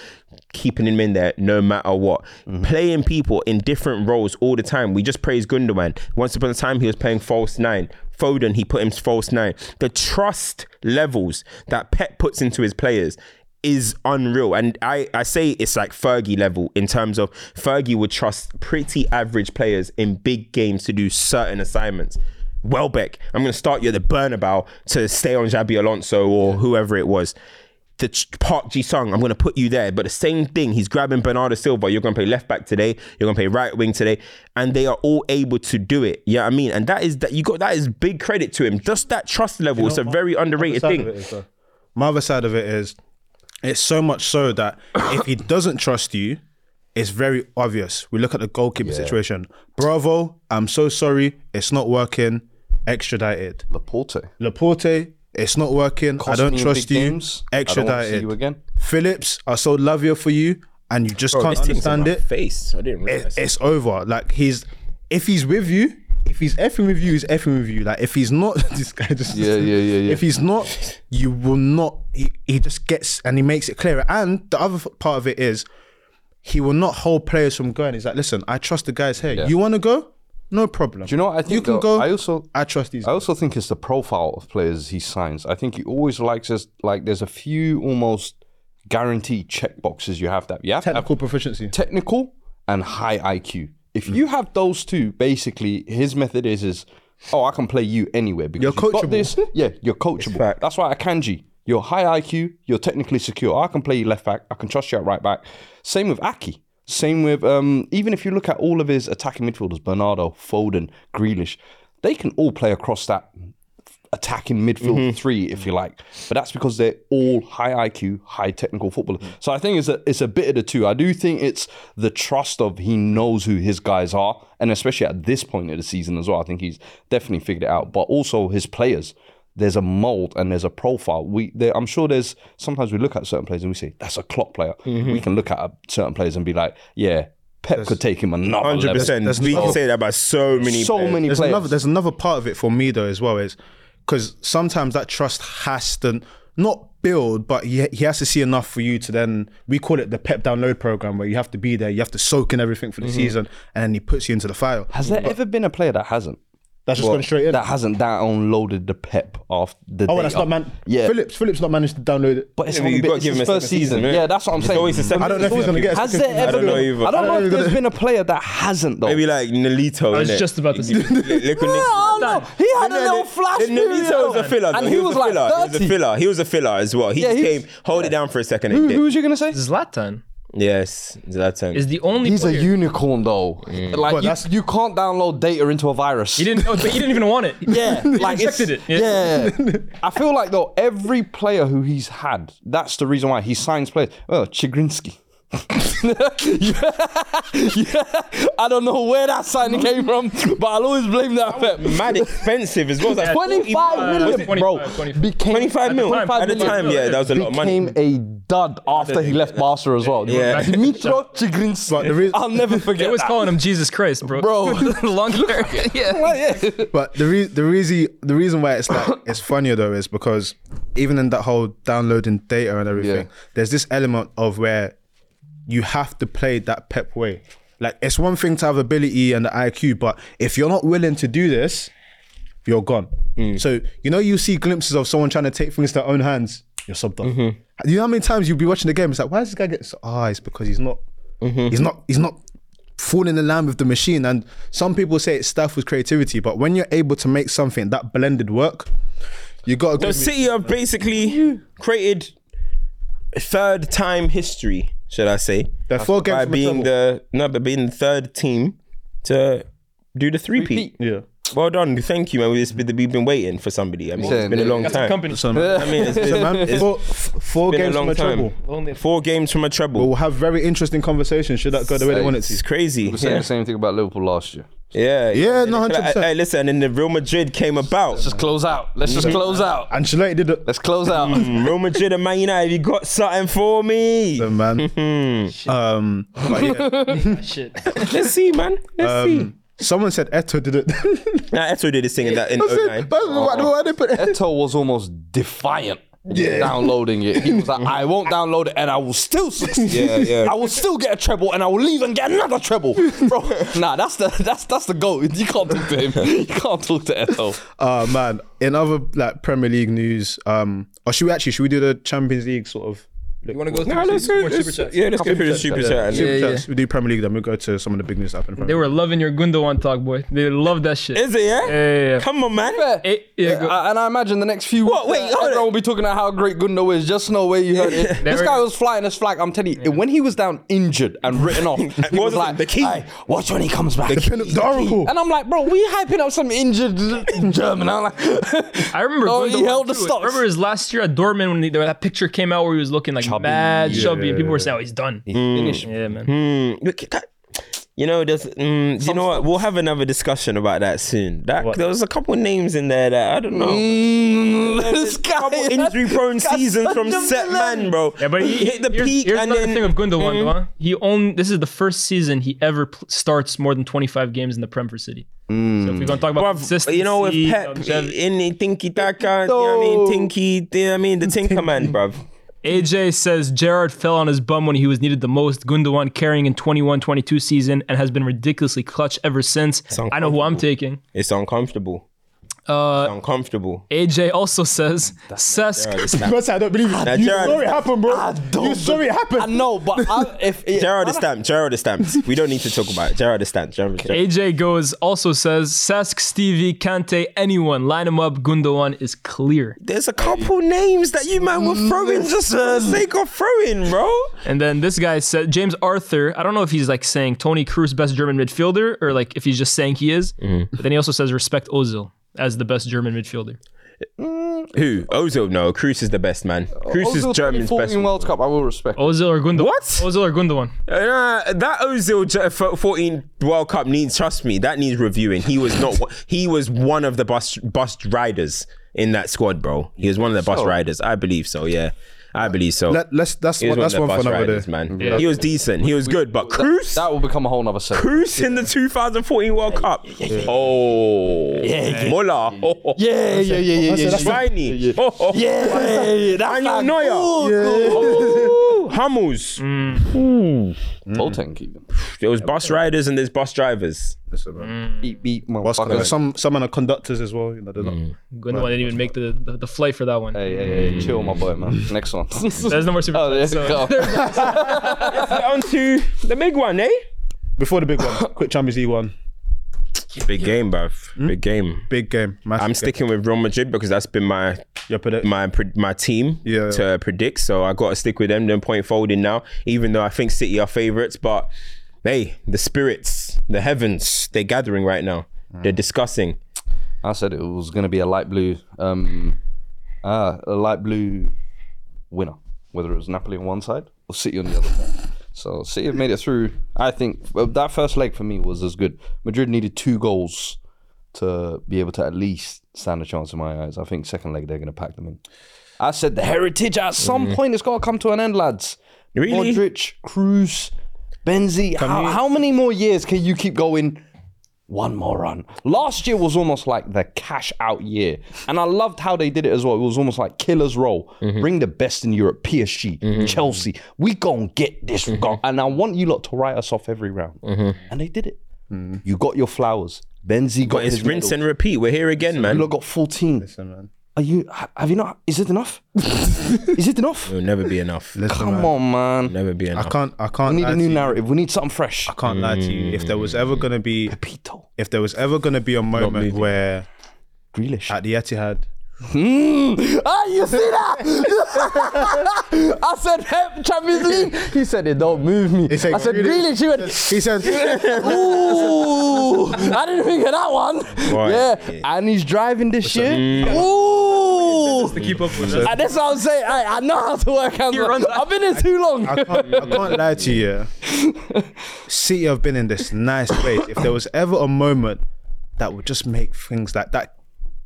keeping him in there no matter what. Playing people in different roles all the time. We just praise Gundogan. Once upon a time, he was playing false nine. Foden, he put him false nine. The trust levels that Pep puts into his players is unreal. And I, I say it's like Fergie level in terms of Fergie would trust pretty average players in big games to do certain assignments. Welbeck, I'm going to start you at the Bernabeu to stay on Xabi Alonso or whoever it was the Ch- Park Ji Sung, I'm going to put you there. But the same thing, he's grabbing Bernardo Silva. You're going to play left back today. You're going to play right wing today, and they are all able to do it. Yeah, I mean, and that is that you got that is big credit to him. Just that trust level. it's a very underrated
side
thing.
of it is, though. My other side of it is, it's so much so that if he doesn't trust you, it's very obvious. We look at the goalkeeper situation. Bravo, I'm so sorry, it's not working. Extradited.
Laporte.
Laporte, it's not working. I don't
me in
trust
big
you.
games. I don't
Extradited.
wanna see you again.
Phillips, I sold Lavia for you, and you just
Bro,
can't
this thing's in
understand
my
it.
Face, I didn't
it.
realize.
It's over. Like he's, if he's with you, if he's effing with you, he's effing with you. Like if he's not, this guy just
Yeah, yeah, yeah, yeah.
If he's not, you will not. He, he just gets and he makes it clearer. And the other part of it is, he will not hold players from going. He's like, listen, I trust the guys here. You want to go? No problem.
Do you know what I think?
You can
though?
go.
I also
I trust these.
I also think it's the profile of players he signs. I think he always likes us like there's a few almost guaranteed check boxes you have that you have to have
technical proficiency.
technical and high IQ. If
Mm.
you have those two, basically his method is is oh I can play you anywhere because
You're
you've got
coachable.
this. Yeah, you're coachable.
fact.
That's why I kanji. You're high IQ. You're technically secure. I can play you left back. I can trust you at right back. Same with Aki. Same with um, even if you look at all of his attacking midfielders, Bernardo, Foden, Grealish, they can all play across that attacking midfield
Mm-hmm.
three, if you like. But that's because they're all high IQ, high technical footballers. So I think it's a it's a bit of the two. I do think it's the trust of he knows who his guys are, and especially at this point of the season as well. I think he's definitely figured it out. But also his players. There's a mold and there's a profile. We, there, I'm sure there's sometimes we look at certain players and we say that's a clock player. We can look at certain players and be like, yeah, Pep could take him another
Hundred
100%. level.
percent.
There's
We
no-
can say that about so many.
So
players.
many
there's
players.
another there's another part of it for me though as well is because sometimes that trust has to not build but he, he has to see enough for you to then we call it the pep download program where you have to be there you have to soak in everything
Mm-hmm.
for the season and then he puts you into the fire
Has there ever been a player that hasn't?
that's just gone straight in
That hasn't downloaded the Pep after the
oh
day
well, that's not
of.
man
Yeah.
Phillips Phillips not managed to download it
But it's
Yeah,
only
you've
been,
got to
it's
give
his
him a
first
second
season.
season, innit?
Yeah, that's what I'm
It's
saying.
always the second
I don't know if he's gonna get a
Has
second season.
there ever?
I don't know either.
I don't
I
know
don't
if
know.
there's been a player that hasn't though.
Maybe like Nolito.
I was
innit?
just about to say-
Look at
Oh, no.
Done.
He had a
No,
little
no,
flash
no,
period.
Nolito was a filler.
And
though.
he, was,
a
like
filler.
30.
He was a filler. He was a filler as well. He
Yeah,
just
he-
came, hold it down for a second and
Who,
did.
who was you going to say?
Zlatan
Yes, Zlatan.
is the only.
He's a
player-
unicorn though. Like
But
you,
that's-
you can't download data into a virus.
He didn't. Oh, but he didn't even want it.
Yeah, like
he
it's-
rejected it.
Yeah. I feel like though every player who he's had, that's the reason why he signs players. Oh, Well, Chigrinsky. I don't know where that signing came from, but I'll always blame that Pep.
mad expensive as well. It's Like
25
Uh,
million, bro.
25, 25.
Became,
25 mil. At
25
the
million.
time, yeah, that was a lot of money.
Became a dud after he left Barca as well.
Yeah.
Dmitro
But the
Chigrinsky.
reason-
I'll never forget
They was
that.
calling him Jesus Christ, bro.
Bro.
long hair. yeah.
Like, yeah.
But the re- the reason the reason why it's like it's funnier though is because even in that whole downloading data and everything,
Yeah.
there's this element of where you have to play that Pep way. Like it's one thing to have ability and the IQ, but if you're not willing to do this, you're gone.
Mm.
So you know you see glimpses of someone trying to take things to their own hands. You're subbed off.
Mm-hmm.
You know how many times you'll be watching the game? It's like why does this guy get? So- Ah, it's because he's not.
Mm-hmm.
He's not. He's not falling in line with the machine. And some people say it's stuff with creativity, but when you're able to make something that blended work, you got to.
The City have basically created third time history, should I say?
They're four games
by
from
being the no, but being the third team to do the three peat.
yeah.
Well done, thank you, man. We've been, we've been waiting for somebody. I mean, it's been a long
That's a
time.
company.
So, man,
I mean, it's been,
so, man,
it's
four, f- four
been a
games from
long
a
time.
treble.
Four games from a treble.
We'll have very interesting conversations. Should that go the way they want it
It's
to?
crazy.
We're saying
Yeah,
the same thing about Liverpool last year.
yeah,
Yeah, no,
Like,
100%.
Hey, listen, and then the Real Madrid came about.
Just close out. Let's just close out.
Ancelotti did it.
Let's close out.
Real Madrid and Man United, you got something for me?
Them, man. um, but yeah,
Let's see, man. Let's see.
someone said Eto did it.
Now, Eto did this thing in that in
I said,
09.
but why, why they put it?
Eto was almost defiant. Yeah. Downloading it. He was like, I won't download it and I will still succeed.
Yeah, yeah.
I will still get a treble and I will leave and get another treble. Bro, nah, that's the that's that's the goat. You can't talk to him. You can't talk to Eto.
Oh man! In other like Premier League news, um, or should we actually should we do the Champions League sort of?
You want to go
No,
through
let's
some
go.
more super
Let's,
chats?
yeah, let's go through the super chat.
Super
yeah.
chats. We do Premier League, then we will go to some of the big news that happened. in Premier
They were loving your Gundogan talk, boy. They love that shit.
Is it? Yeah?
yeah, yeah.
Come on, man.
Eh, yeah, go-
Uh, and I imagine the next few
What? Wait,
uh,
hold
everyone
on.
will be talking about how great Gundo is. Just know where you heard it. this
we
guy
go.
was flying his flag. I'm telling you, when he was down injured and written off, he
What
was
was it?
like,
The key.
"Aye, watch when he comes back.
League. The, pin- the Oracle.
And I'm like, bro, we hyping up some injured German. I'm like,
I remember.
Oh,
Gundogan
he held the
too. I
stocks.
Remember his last year at Dortmund when he, that picture came out where he was looking like mad chubby, and people were saying, "Oh, he's done." Yeah, man.
Hmm. Look, ca- You know, there's, mm, you know what? We'll have another discussion about that soon. That there was a couple names in there that I don't know.
Mm,
There's
this
a
guy
couple injury-prone
This guy's
seasons
such
from
a
set
villain.
man, bro.
Yeah, but he,
he hit the
here's,
peak
Here's
and
another
then Hmm.
thing of Gundogan. huh? He owned. This is the first season he ever pl- starts more than 25 games in the Prem for City. So if we're gonna talk about
Bruv,
consistency,
you know, with Pep
longevity-
in the Tinky Taka, you know what I mean? Tinky, you know what I mean? The Tinker Man, bruv.
AJ says Gerard fell on his bum when he was needed the most. Gundogan carrying in 21-22 season and has been ridiculously clutch ever since. I know who I'm taking.
It's uncomfortable.
Uh,
it's uncomfortable.
AJ also says Cesc.
Because I don't believe
Ah,
it. You
Gerard.
saw it happen,
I
bro.
don't
You saw it happen.
I know, but I, if it,
Gerard is stamped. Gerard is stamped. We don't need to talk about it. Gerard is stamped. Gerard is stamped.
AJ goes also says Cesc, Stevie, Kante, anyone line him up. Gundogan is clear.
There's a couple names that you man were throwing just for the sake of throwing, bro.
And then this guy said James Arthur. I don't know if he's like saying Tony Cruz best German midfielder or like if he's just saying he is. But then he also says respect Ozil as the best German midfielder.
Who? Ozil? No, Cruz is the best man. Cruz is
Ozil
Germany's
2014
best. man.
World Cup, I will respect.
Ozil or Gundogan?
What?
Ozil or Gundogan?
Uh, that Ozil J- f- 14 World Cup needs. Trust me, that needs reviewing. He was not. one- He was one of the bus bus riders in that squad, bro. He was one of the bus riders. I believe so. Yeah. I believe so.
Let, let's that's
He was
one, that's
of
one
the
for
bus
another
riders,
day.
man. He was decent. He was good, but
That-
Cruz,
That, will become a whole nother segment.
Cruz in the 2014 World Cup. Oh, Muller. Oh,
Yeah, yeah, yeah, yeah, yeah.
That's Viney. Oh, oh.
Yeah, that's
Manuel Neuer. Ooh, Hummels.
Boateng even.
There was bus riders and there's bus drivers.
Listen, man.
Beat, beat,
Bus-
motherfucker.
there's some some of the conductors as well. You know, they're not.
Mm.
Gundogan didn't even make the, the, the flight for that one.
Hey, hey, hey, chill, my boy, man. Next one.
There's no more super.
Oh, there
so-
you go.
On to the big one, eh?
Before the big one, quick Champions League one,
Big game, bruv. Big game.
big game. massive
I'm
game.
sticking with Real Madrid because that's been my
Your predict-
my pre- my team
Yeah.
to predict. So I got to stick with them. Then point folding now, even though I think City are favourites. But hey, the spirits, the heavens, they're gathering right now. They're discussing.
I said it was going to be a light blue, um, ah, a light blue winner, whether it was Napoli on one side or City on the other side. So City have made it through. I think well, that first leg for me was as good. Madrid needed two goals to be able to at least stand a chance in my eyes. I think second leg they're going to pack them in. I said the heritage at some point it's got to come to an end, lads.
Really?
Modric, Cruz, Benzi. How, how many more years can you keep going? One more run. Last year was almost like the cash out year. And I loved how they did it as well. It was almost like killer's role. Bring the best in Europe, PSG, Chelsea. We gon' get this. we gon- And I want you lot to write us off every round. And they did it. You got your flowers. Benzi got
But it's
his
rinse
medal.
and repeat. We're here again,
You
man.
lot got 14.
Listen, man.
Are you, ha- have you not, is it enough? is it enough?
It'll never be enough.
Listen,
Come
man.
on, man.
Never be
I
enough.
can't. I can't.
We need
lie
a new
to you.
narrative. We need something fresh.
I can't lie to you. If there was ever gonna be,
Pito.
if there was ever gonna be a moment where
Grealish.
at the Etihad,
Mm. Ah, you see that? I said, "Pep, Champions League. He said, it don't move me.
said,
I said,
"Really?"
really? She went,
he said,
ooh. I didn't think of that one.
Right.
Yeah. And he's driving this shit. Ooh.
To keep up with us.
Ah, That's what I'm saying. I, I know how to work out.
runs-
I've been here too long.
I can't, I can't lie to you. yeah. City have been in this nice place. If there was ever a moment that would just make things like that,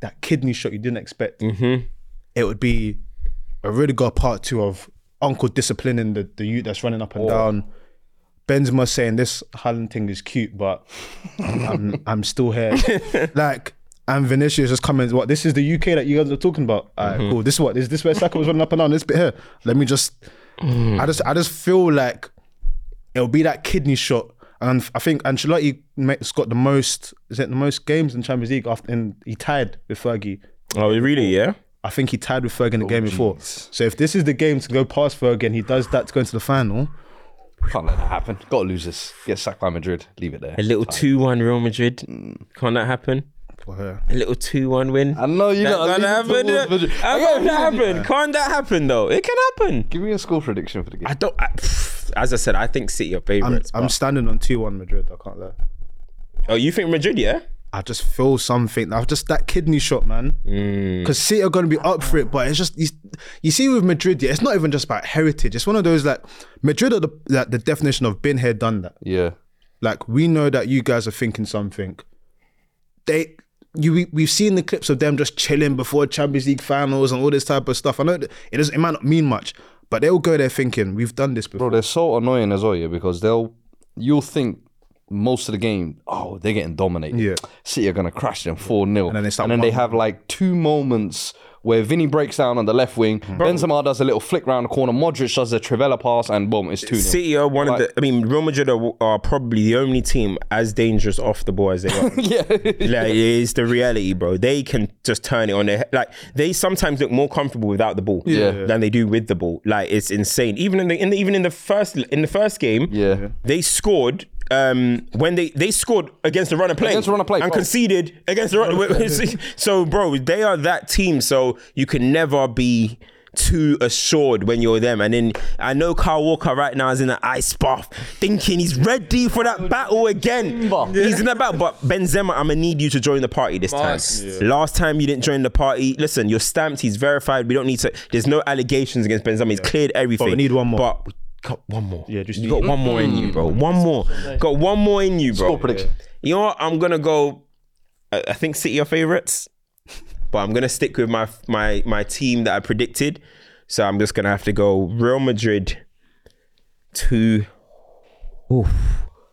that kidney shot you didn't expect, it would be a really good part two of Uncle disciplining the, the youth that's running up and down. Benzema saying this Haaland thing is cute, but I'm, I'm still here. like, and Vinicius just coming. What this is the UK that you guys are talking about? All right, cool. This is what is this where Saka was running up and down? This bit here. Let me just. I just I just feel like it'll be that kidney shot. And I think Ancelotti has got the most is it the most games in Champions League after and he tied with Fergie.
Oh, really? Yeah.
I think he tied with Fergie in the game before. So if this is the game to go past Fergie and he does that to go into the final,
Can't let that happen. Gotta lose this. Get sacked by Madrid. Leave it there.
A little two-one Real Madrid. Can't that happen? A little two-one win.
I know you
That
got
can't happen. How can that happen? Can't that happen though? It can happen.
Give me a score prediction for the game.
I don't. I, pff, as I said, I think City are
I'm,
favourites.
I'm standing on two one Madrid. I can't lie.
Oh, you think Madrid? Yeah.
I just feel something. I've just that kidney shot, man.
Mm.
Because City are going to be up for it, but it's just you, you see with Madrid. Yeah, it's not even just about heritage. It's one of those like Madrid are the like, the definition of been here, done that.
yeah.
Like we know that you guys are thinking something. They you we, we've seen the clips of them just chilling before Champions League finals and all this type of stuff. I know that it doesn't it might not mean much, but they'll go there thinking we've done this before.
Bro, they're so annoying as well, yeah, because they'll you'll think most of the game, oh, they're getting dominated.
Yeah.
City are gonna crash them 4 0. And
then they start
And then they
one-
have like two moments where Vinny breaks down on the left wing,
Hmm.
Benzema does a little flick round the corner, Modric does a Trivella pass, and boom, it's 2 0.
City are one of the. I mean, Real Madrid are, are probably the only team as dangerous off the ball as they are.
yeah.
like it's the reality, bro. They can just turn it on their head. Like they sometimes look more comfortable without the ball
Yeah.
than they do with the ball. Like it's insane. Even in the, in the even in the first in the first game,
Yeah.
they scored. Um, when they they scored against the run and play
Against the run and play, bro.
conceded against the run. so, bro, they are that team. So you can never be too assured when you're them. And then I know Kyle Walker right now is in an ice bath, thinking he's ready for that battle again. He's in that battle. But Benzema, I'm gonna need you to join the party this time. Last time you didn't join the party. Listen, you're stamped. He's verified. We don't need to. There's no allegations against Benzema. He's cleared everything.
need one more.
But Got one more. Yeah,
just Mm.
you got one more in you, bro. One more. Got one more in you, bro.
Score prediction.
You know what? I'm gonna go. I I think City are favourites, but I'm gonna stick with my my my team that I predicted. So I'm just gonna have to go Real Madrid two. Oof.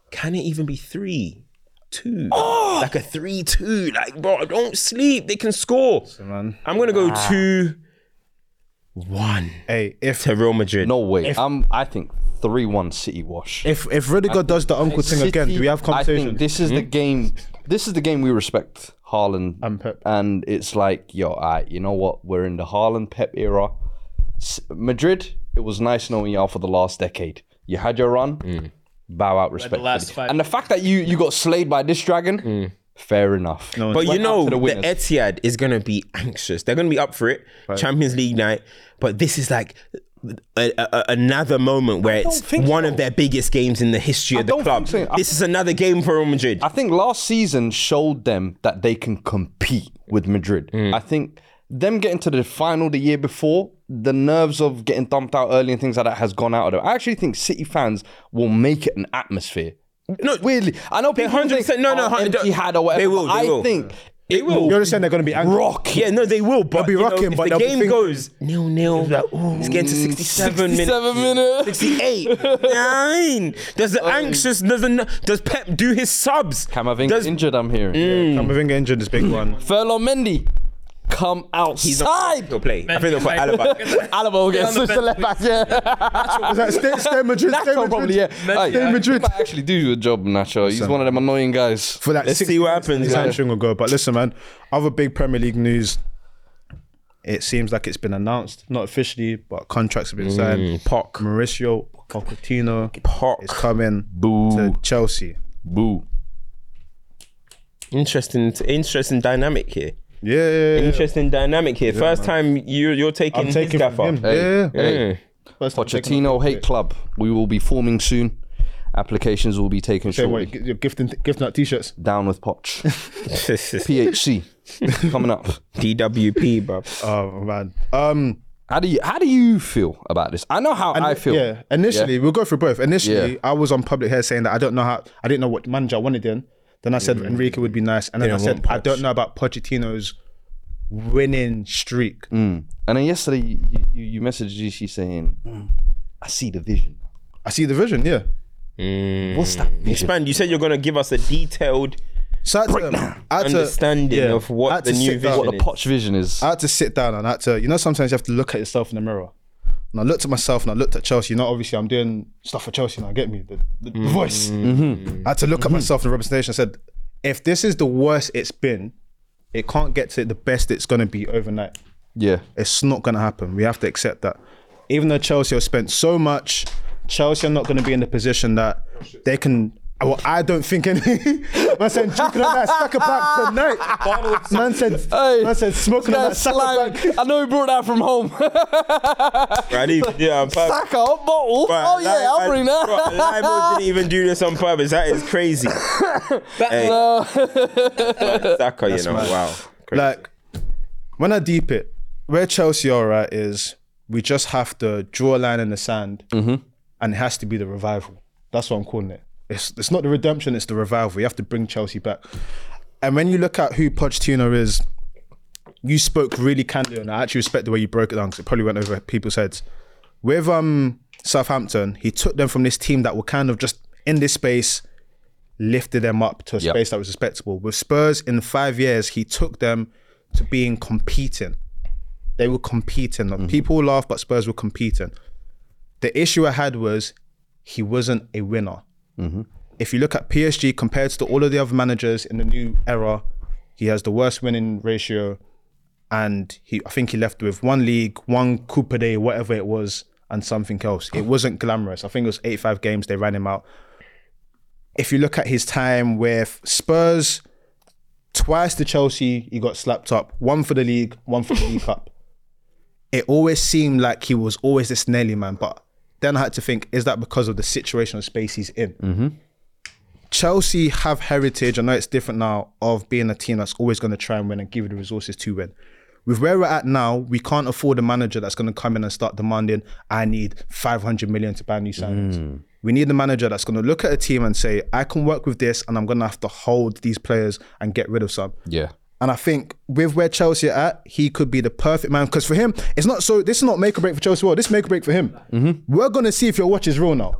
Can it even be three? Two.
Oh!
Like a three two. Like, bro, don't sleep. They can score.
man.
I'm gonna go two one
Hey, if
to Real Madrid.
No way. I'm, I think 3 1 City wash.
if if Rudiger does the uncle thing again, do we have
I
conversation?
think this is the game. This is the game we respect, Haaland
And Pep.
And it's like, yo, alright, you know what? We're in the Haaland Pep era. S- Madrid, it was nice knowing y'all for the last decade. You had your run, bow out respectfully.
last five-
and the fact that you you got slayed by this dragon, fair enough. No,
But you
to
know,
the
the,
winners.
Etihad is going to be anxious. They're going to be up for it. Champions League night. But this is like a, a- a- another moment where it's
think
one
so.
of their biggest games in the history
I
of the
don't
club.
think so. I-
This is another game for Real Madrid.
I think last season showed them that they can compete with Madrid.
Mm.
I think them getting to the final the year before, the nerves of getting dumped out early and things like that has gone out of them. I actually think City fans will make it an atmosphere. No, weirdly, I know
They
people 100
100% no, no, hun-
empty had or whatever.
they will,
but
they
I
will.
think it
will. Mm,
will
You're just saying they're going to be angry.
rock.
yeah, no, they will. But
be
you know,
rocking,
if
but
the
they'll be
game
thinking-
goes nil nil, it's getting to 67 minutes.
67 minutes. Um,
68, 9. Does the anxious, does, the, does Pep do his subs?
Camavinga
does, Mm.
injured, I'm hearing.
Camavinga injured is a big one.
Furlong Mendy, come
He's not,
outside.
he'll play. I think they'll put Alaba.
Alaba
Stay
against
on the
the
bench,
left back, yeah.
Is that stay, stay Madrid? Stay
Nacho
Madrid.
probably, yeah. Hey,
Stay Madrid.
might actually do you a job, Nacho. He's one of them annoying guys.
For that
Let's
60
see what
minutes,
happens,
His
yeah.
hamstring will go. But listen, man, other big Premier League news. It seems like it's been announced, not officially, but contracts have been signed.
Pock.
Mauricio Pochettino
Pock.
is coming to Chelsea.
Boo.
Interesting, interesting dynamic here.
Yeah, yeah, yeah.
Interesting dynamic here. First time you you're taking
I'm
his
taking
gaffer.
from him. Yeah, yeah.
Hey,
First time taking him.
Pochettino Hate Club. We will be forming soon. Applications will be taken
Hey,
shortly.
wait, you're gifting, gifting out t-shirts.
Down with Poch.
Mm.
PHC coming up.
DWP, bro.
Uh,
Oh man. Um.
How do you How do you feel about this? I know how I feel.
Yeah. Initially, we'll go through both. Initially,
Yeah.
I was on public hair saying that I don't know how. I didn't know what manager I wanted in. Then I said Enrique would be nice, and then I said I don't know about Pochettino's winning streak.
Mm.
And then yesterday, you, you, you messaged GC saying, "I see the vision."
I see the vision. Yeah.
What's that
Mm.
vision?
Expand. You said you're gonna give us a detailed
So I had to- I had to-
understanding
yeah,
of
I
what
had
the
to
new
sit down.
vision
What the
is.
Poch vision is?
I had to sit down and I had to, you know, sometimes you have to look at yourself in the mirror. And I looked at myself and I looked at Chelsea. You know, obviously I'm doing stuff for Chelsea now, get me? The, the voice. I had to look at myself in the representation and said, if this is the worst it's been, it can't get to the best it's going to be overnight.
yeah.
It's not going to happen. We have to accept that. Even though Chelsea have spent so much, Chelsea are not going to be in the position that they can. Well, I don't think any. man said drinking on that sucker back tonight. Man said,
Hey,
man said smoking on that
That's
sucker
slime.
back.
I know he brought that from home.
Right, I need- yeah, I'm pub-
Sack up bottle.
Right,
oh yeah,
like,
I'll
I-
bring that.
right, Limo didn't even do this on purpose. That is crazy. hey. Saka, you know, wow. Crazy.
Like, when I deep it, where Chelsea are at is we just have to draw a line in the sand and it has to be the revival. That's what I'm calling it. It's, it's not the redemption, it's the revival. You have to bring Chelsea back. And when you look at who Pochettino is, you spoke really candidly, and I actually respect the way you broke it down because it probably went over people's heads. With um Southampton, he took them from this team that were kind of just in this space, lifted them up to a
Yep.
space that was respectable. With Spurs, in five years, he took them to being competing. They were competing. People will laugh, but Spurs were competing. The issue I had was he wasn't a winner. If you look at PSG compared to all of the other managers in the new era, he has the worst winning ratio and he I think he left with one league, one Coupe Day, whatever it was, and something else. It wasn't glamorous. I think it was 85 games they ran him out. If you look at his time with Spurs, twice to Chelsea, he got slapped up. One for the league, one for the League Cup. It always seemed like he was always this Nelly man, but then I had to think, is that because of the situational space he's in? Chelsea have heritage. I know it's different now of being a team that's always going to try and win and give you the resources to win. With where we're at now, we can't afford a manager that's going to come in and start demanding, I need 500 million to buy new signings. We need a manager that's going to look at a team and say, I can work with this and I'm going to have to hold these players and get rid of some.
Yeah.
And I think with where Chelsea are at, he could be the perfect man. Because for him, it's not so. This is not make or break for Chelsea. Well, this is make or break for him. We're going to see if your watch is real now.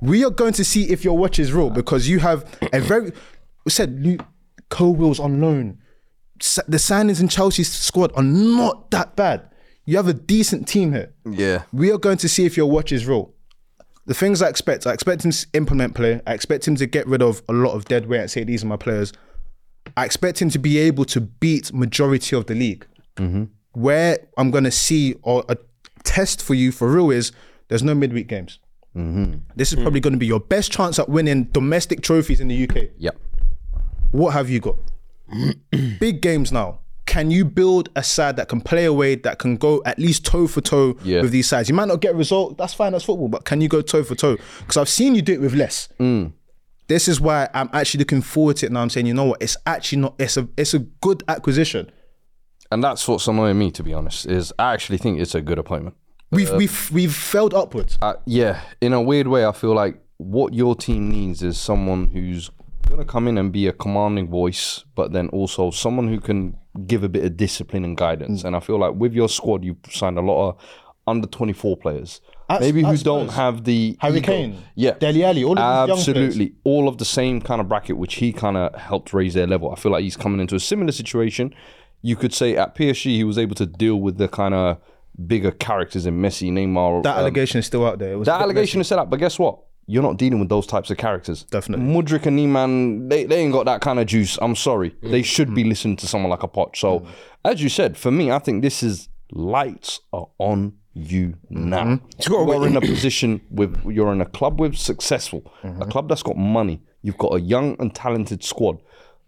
We are going to see if your watch is real because you have a very. We said Luke Colewill's on loan. S- The signings in Chelsea's squad are not that bad. You have a decent team here.
Yeah.
We are going to see if your watch is real. The things I expect, I expect him to implement play. I expect him to get rid of a lot of dead weight and say these are my players. I expect him to be able to beat majority of the league. Where I'm going to see or a test for you for real is there's no midweek games. This is probably going to be your best chance at winning domestic trophies in the UK.
Yep.
What have you got? Big games now. Can you build a side that can play away, that can go at least toe for toe
Yeah.
with these sides? You might not get a result. That's fine. That's football. But can you go toe for toe? Because I've seen you do it with less.
Mm.
This is why I'm actually looking forward to it now. I'm saying, you know what? It's actually not. It's a. It's a good acquisition.
And that's what's annoying me, to be honest, is I actually think it's a good appointment.
We've we've we've failed upwards.
uh, yeah, in a weird way, I feel like what your team needs is someone who's gonna come in and be a commanding voice, but then also someone who can give a bit of discipline and guidance.
Mm.
And I feel like with your squad, you've signed a lot of under twenty four players,
At-
maybe
at
who don't
Spurs.
have the
Harry
ego.
Kane,
yeah,
Dele Alli, all of these young players.
absolutely, all of the same kind of bracket, which he kind of helped raise their level. I feel like he's coming into a similar situation. You could say at PSG, he was able to deal with the kind of bigger characters in Messi, Neymar,
That
um,
allegation is still out there. It was a
that
bit
allegation is set up, but guess what? You're not dealing with those types of characters.
Definitely.
Mudrik and Niemann, they, they ain't got that kind of juice. I'm sorry.
Mm-hmm.
They should be listening to someone like a pot. So, as you said, for me, I think this is lights are on you
Mm-hmm.
now. You're in a position with, you're in a club with successful,
Mm-hmm.
a club that's got money. You've got a young and talented squad.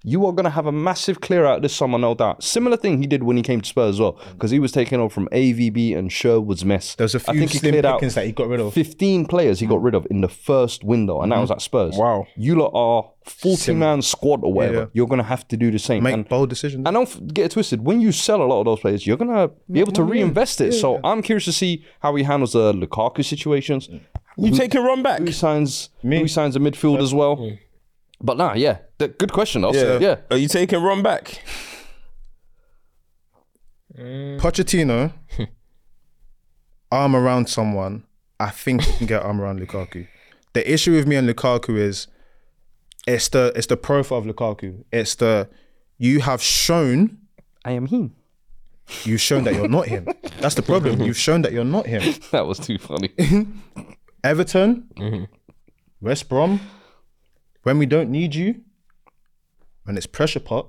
You are going to have a massive clear out this summer, no doubt. Similar thing he did when he came to Spurs as well, because he was taken over from AVB and Sherwood's mess.
Mm-hmm. There was a
I
few
think he
slim
cleared out
pickings that he got rid of.
15 players he got rid of in the first window, and that was at Spurs. Wow. You lot are 40 man squad or whatever.
Yeah.
You're going to have to do the same.
Make
and,
bold decisions.
And don't f- get it twisted. When you sell a lot of those players, you're going to be able to reinvest it. so I'm curious to see how he handles the Lukaku situations.
You taking Ron back?
Who signs, who signs a midfield as well? But nah, yeah. Th- good question, though. Yeah. yeah.
Are you taking Ron back?
Pochettino, arm around someone, I think he can get arm around Lukaku. The issue with me and Lukaku is it's the it's the profile of Lukaku. It's the you have shown
I am him.
you've shown that you're not him. That's the problem. You've shown that you're not him.
That was too funny.
Everton,
Mm-hmm.
West Brom, when we don't need you, when it's pressure pot.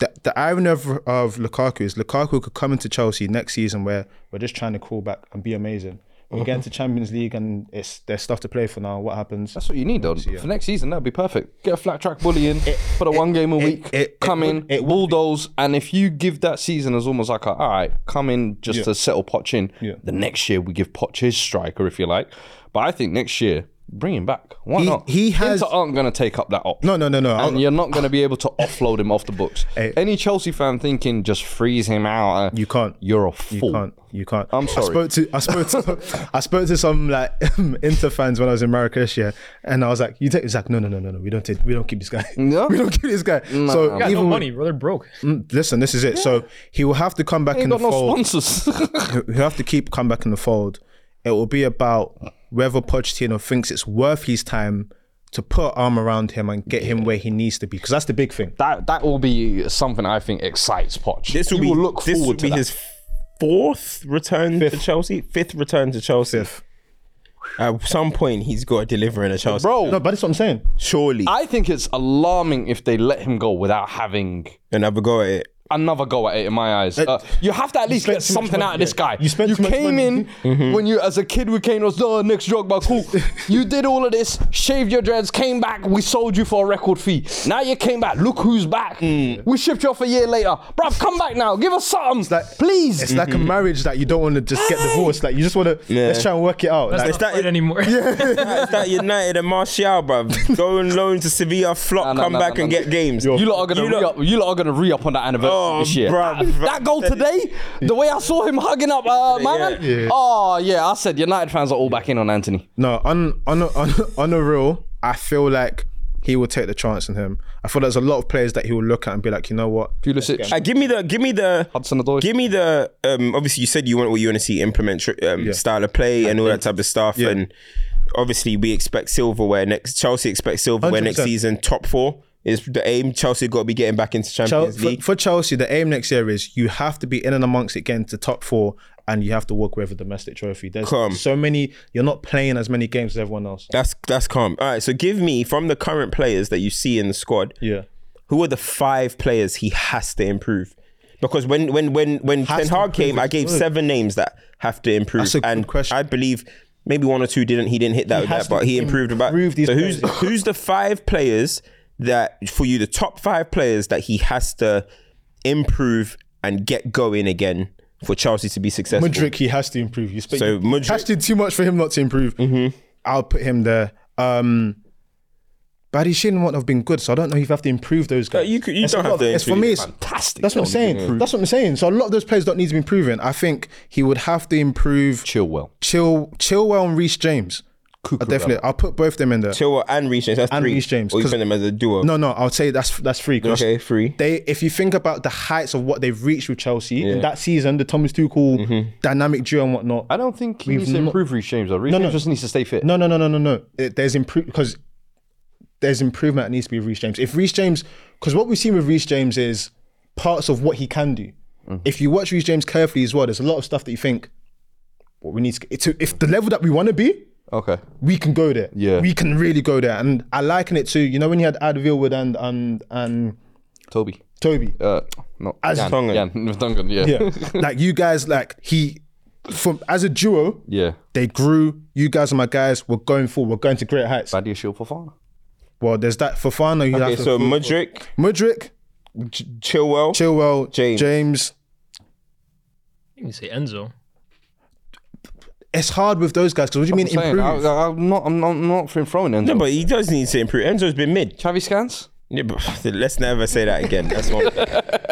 The, the irony of, of Lukaku is Lukaku could come into Chelsea next season where we're just trying to crawl back and be amazing. We get into Champions League and it's there's stuff to play for now. What happens?
That's what you need, though. For next season, that'd be perfect. Get a flat track bully in, put a one game a week,
it-
come
it
in,
would- it would
bulldoze, and if you give that season as almost like a, all right, come in just to settle Poch in,
Yeah.
the next year we give Poch his striker, if you like. But I think next year, bring him back. Why
He-
not?
he has-
Inter aren't going to take up that option.
No, no, no, no.
And
I'll-
you're not going to be able to offload him off the books.
Hey.
Any Chelsea fan thinking just freeze him out, uh,
You can't.
You're a
You
fool.
can't. You can't.
I'm sorry.
I spoke to I spoke to I spoke to some like Inter fans when I was in Marrakesh, yeah, and I was like, "You take?" He's like, "No, no, no, no, no. We don't take. We don't keep this guy.
No?
we don't keep this guy." so
Got no
even
money, bro. They're broke.
Mm, listen, this is it. So he will have to come back in
Ain't
the
got no
fold.
sponsors.
He'll have to keep come back in the fold. It will be about whether Pochettino thinks it's worth his time to put an arm around him and get him where he needs to be, because that's the big thing.
that that will be something I think excites Poch.
This will
He
be
look
this will
forward to
be
that.
his fourth return to Chelsea, fifth return to Chelsea. At some point, he's got to deliver in a Chelsea.
Bro,
No, but that's what I'm saying.
surely
I think it's alarming if they let him go without having
another go at it.
another go at it. In my eyes, uh, you have to at least
spent
get
too much
something
money,
out of this
yeah.
guy.
You spent too much
came
money. Mm-hmm.
in when you, as a kid, we came. Was oh, next drug bar, cool. you did all of this, shaved your dreads, came back. We sold you for a record fee. Now you came back. Look who's back. We shipped you off a year later, bruv. Come back now. Give us something,
like-
please.
Mm. It's like a marriage that you don't want to just get divorced. Like you just want to let's try and work it out. Like,
That's not
that-
right anymore.
It's that United and Martial, bro. Go and loan to Sevilla, flop,
Nah, nah,
come
nah,
back
nah,
and
nah.
get games.
You lot are gonna
You
re
lot-
up. You lot are gonna re up on that anniversary
Oh,
this year.
bruv.
That- that goal today, the way I saw him hugging up, uh, my man. Oh yeah, I said United fans are all back in on Anthony.
No, on on on on a real, I feel like he will take the chance on him. I feel there's a lot of players that he will look at and be like, you know what?
Pulisic,
Uh, give me the, give me the,
Hudson-Odoi.
give me the. Um, obviously, you said you want what you want to see implement tr- um, style of play and all that type of stuff. And obviously, we expect silverware next. Chelsea expect silverware next
100%.
season. Top four is the aim. Chelsea got to be getting back into
Chel-
Champions
for,
League.
for Chelsea, the aim next year is you have to be in and amongst it, getting to top four, and you have to walk away with a domestic trophy. There's
Come.
so many. You're not playing as many games as everyone else.
that's that's calm. All right, so give me from the current players that you see in the squad.
Yeah.
who are the five players he has to improve? Because when when when when Ten
to
Hag
improve
came, I
is
gave
good.
seven names that have to improve,
That's a good
and
question.
I believe maybe one or two didn't. He didn't hit that, with
has
that
to
but he improved about.
improve these
so who's
players.
who's the five players that for you the top five players that he has to improve and get going again for Chelsea to be successful?
Mudrick, he has to improve. You speak.
So Mm-hmm. Mudryk-
Cash did too much for him not to improve. I'll put him there. Um, Barry Shin won't have been good, so I don't know if you have to improve those guys.
Uh, you could- you
It's a
don't have
lot of-
to
It's for
improve.
me. It's,
Fantastic.
That's what I'm
Don't need to
saying. That's what I'm saying. So a lot of those players don't need to be improving. I think he would have to improve.
Chilwell.
Chill, Chilwell and Reece James. I definitely. I'll put both them in there.
Chilwell and Reece James. That's
And
three.
Reece James,
Or you
'cause-
put them as a duo.
No, no, I would say that's that's free. 'cause
Okay, three.
They, if you think about the heights of what they've reached with Chelsea in that season, the Thomas Tuchel
Mm-hmm.
dynamic duo and whatnot.
I don't think he
We've
needs to
not-
improve Reece James. Though. Reece
No, no.
James just needs to stay fit.
No, no, no, no, no, no. It, there's improve because there's improvement that needs to be with Reece James. If Reece James, because what we've seen with Reece James is parts of what he can do.
Mm.
If you watch Reece James carefully as well, there's a lot of stuff that you think, what we need to, to if the level that we want to be,
Okay.
we can go there.
Yeah.
we can really go there. And I liken it to you know when you had Advilwood and and and
Toby.
Toby.
Uh, no.
As-
Jan.
Tongan.
Jan. Tongan, yeah.
yeah, like you guys, like he, from as a duo,
Yeah.
they grew. You guys are my guys. We're going forward. We're going to great heights.
Badia Shield Fofana.
Well, there's that Fofana. You
Okay,
have to
so Mudrick,
Mudrick,
Chilwell,
Chilwell,
James.
James.
You can say Enzo.
It's hard with those guys because what do you mean
I'm saying,
improve?
I, I, I'm not. I'm not, I'm not for him throwing Enzo.
No, but he does need to improve. Enzo's been mid.
Chavi Scans.
Yeah, but let's never say that again. That's one.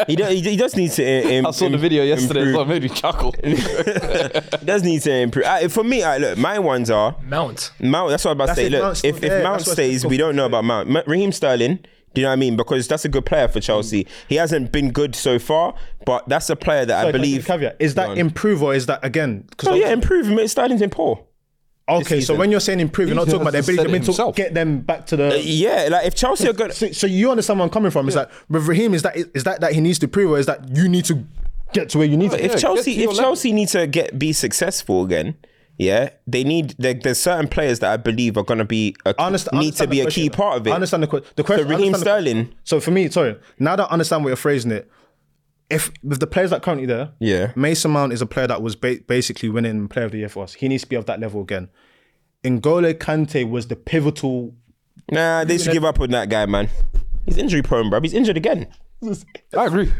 he, do, he, he does need to. uh, Im-
I saw the
im-
video yesterday, so it
Improve.
made me chuckle.
He does need to improve. Uh, for me, I look, my ones are
Mount.
Mount. That's what I'm about
That's if
to say. Look,
Mount's still
if, if
there,
Mount
that's what I
stays,
said.
we don't know about Mount. Ma- Raheem Sterling. Do you know what I mean? Because that's a good player for Chelsea. He hasn't been good so far, but that's a player that I
Sorry, can
believe.
give a caveat is that improve or is that again? Because
Oh yeah, improve. mate. Sterling's been poor.
okay, so when you're saying improve, you're not
He's
talking about their
just
ability. You're
said it
meant to
himself. Uh,
get them back to the.
Yeah, like if Chelsea are good,
So, so you understand where I'm coming from? It's like with Raheem, is that is that that he needs to prove or is that you need to get to where you need to?
if
get
Chelsea
to
if
your level.
Chelsea need to get be successful again, yeah, they need there, there's certain players that I believe are gonna be a,
I understand, I
need to
understand
be
the
a
question.
key part of it.
I understand the, que- the
So
question. I
Raheem
understand the-
Sterling,
So for me, sorry, now that I understand what you're phrasing it, if with the players that are currently there,
Yeah.
Mason Mount is a player that was ba- basically winning Player of the Year for us. He needs to be of that level again. N'Golo Kante was the pivotal.
nah, they should give up on that guy, man. He's injury prone, bruv. He's injured again.
I agree.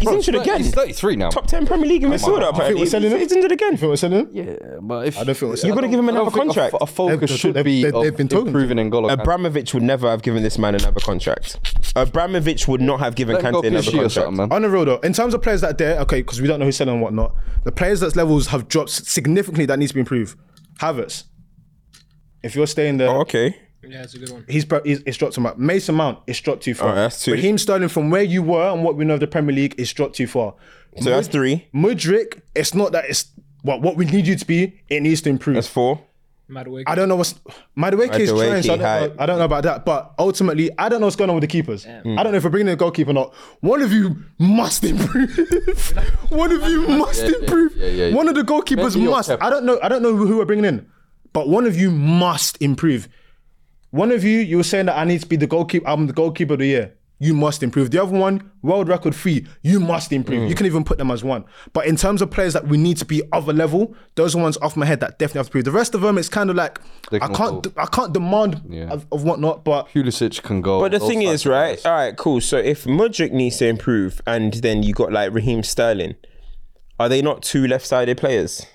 He's injured again.
He's 33 now.
Top ten Premier League in midfielder. apparently.
we're selling him.
He's injured again.
You know what I'm saying?
Yeah, but if I
don't think it's-
You've got to give him another contract.
A, focus
They've-
should
they've-
be
they've-
of
they've been talking to
improving N'Golo. Kante.
Abramovich would never have given this man another contract. Abramovich would not have given
Let him go
Kante another
PSG or
contract.
something, man.
On the real though, in terms of players that are there, okay, because we don't know who's selling and whatnot, the players that's levels have dropped significantly that needs to be improved. Havertz, if you're staying there,
Oh, okay.
Yeah, it's a good one.
he's, pro- he's it's dropped too much. Mason Mount, it's dropped too far.
Oh,
Alright, that's two.
Raheem Sterling, from where you were and what we know of the Premier League, it's dropped too far.
So that's three.
Mudrick, it's not that it's what what we need you to be. It needs to improve.
That's four.
Madwig.
I don't know what's Madueke is
Madueke,
trying. So I, don't
hi.
know, I don't know about that, but ultimately, I don't know what's going on with the keepers. I don't know if we're bringing in a goalkeeper or not. One of you must improve. One of you must improve.
yeah, yeah, yeah.
One of the goalkeepers
Maybe you're
must.
Pep.
I don't know. I don't know who we're bringing in, but one of you must improve. One of you, you were saying that I need to be the goalkeeper. I'm the goalkeeper of the year. You must improve. The other one, world record three. You must improve.
Mm.
You can even put them as one. But in terms of players that we need to be other level, those are ones off my head that definitely have to improve. The rest of them, it's kind of like
They
I
can
can't,
also-
I can't demand
Yeah.
of, of whatnot. But
Pulisic can go.
But the
those
thing
types
is,
of
right?
guys.
All right, cool. So if Mudrick needs to improve, and then you got like Raheem Sterling, are they not two left-sided players?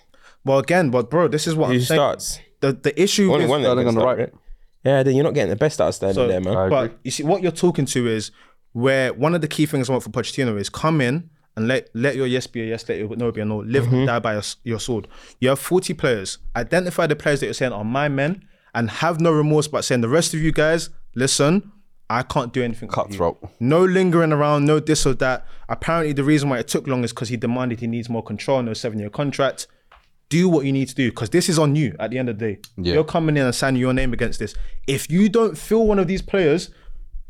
well, again, but bro, this is what
Who
I'm saying.
starts?
The the issue
Only
is,
one that
Sterling
can
on the
start,
right.
Yeah, then you're not getting the best out of Sterling
So-
there, man.
But you see, what you're talking to is where one of the key things I want for Pochettino is come in and let let your yes be a yes, let your no be a no. Live and die by your, s- your sword. You have 40 players. Identify the players that you're saying are my men and have no remorse about saying the rest of you guys, listen, I can't do anything. with you."
Cutthroat.
No lingering around, no this or that. Apparently, the reason why it took long is because he demanded he needs more control, no seven year contract. Do what you need to do because this is on you at the end of the day.
Yeah.
You're coming in and signing your name against this. If you don't feel one of these players,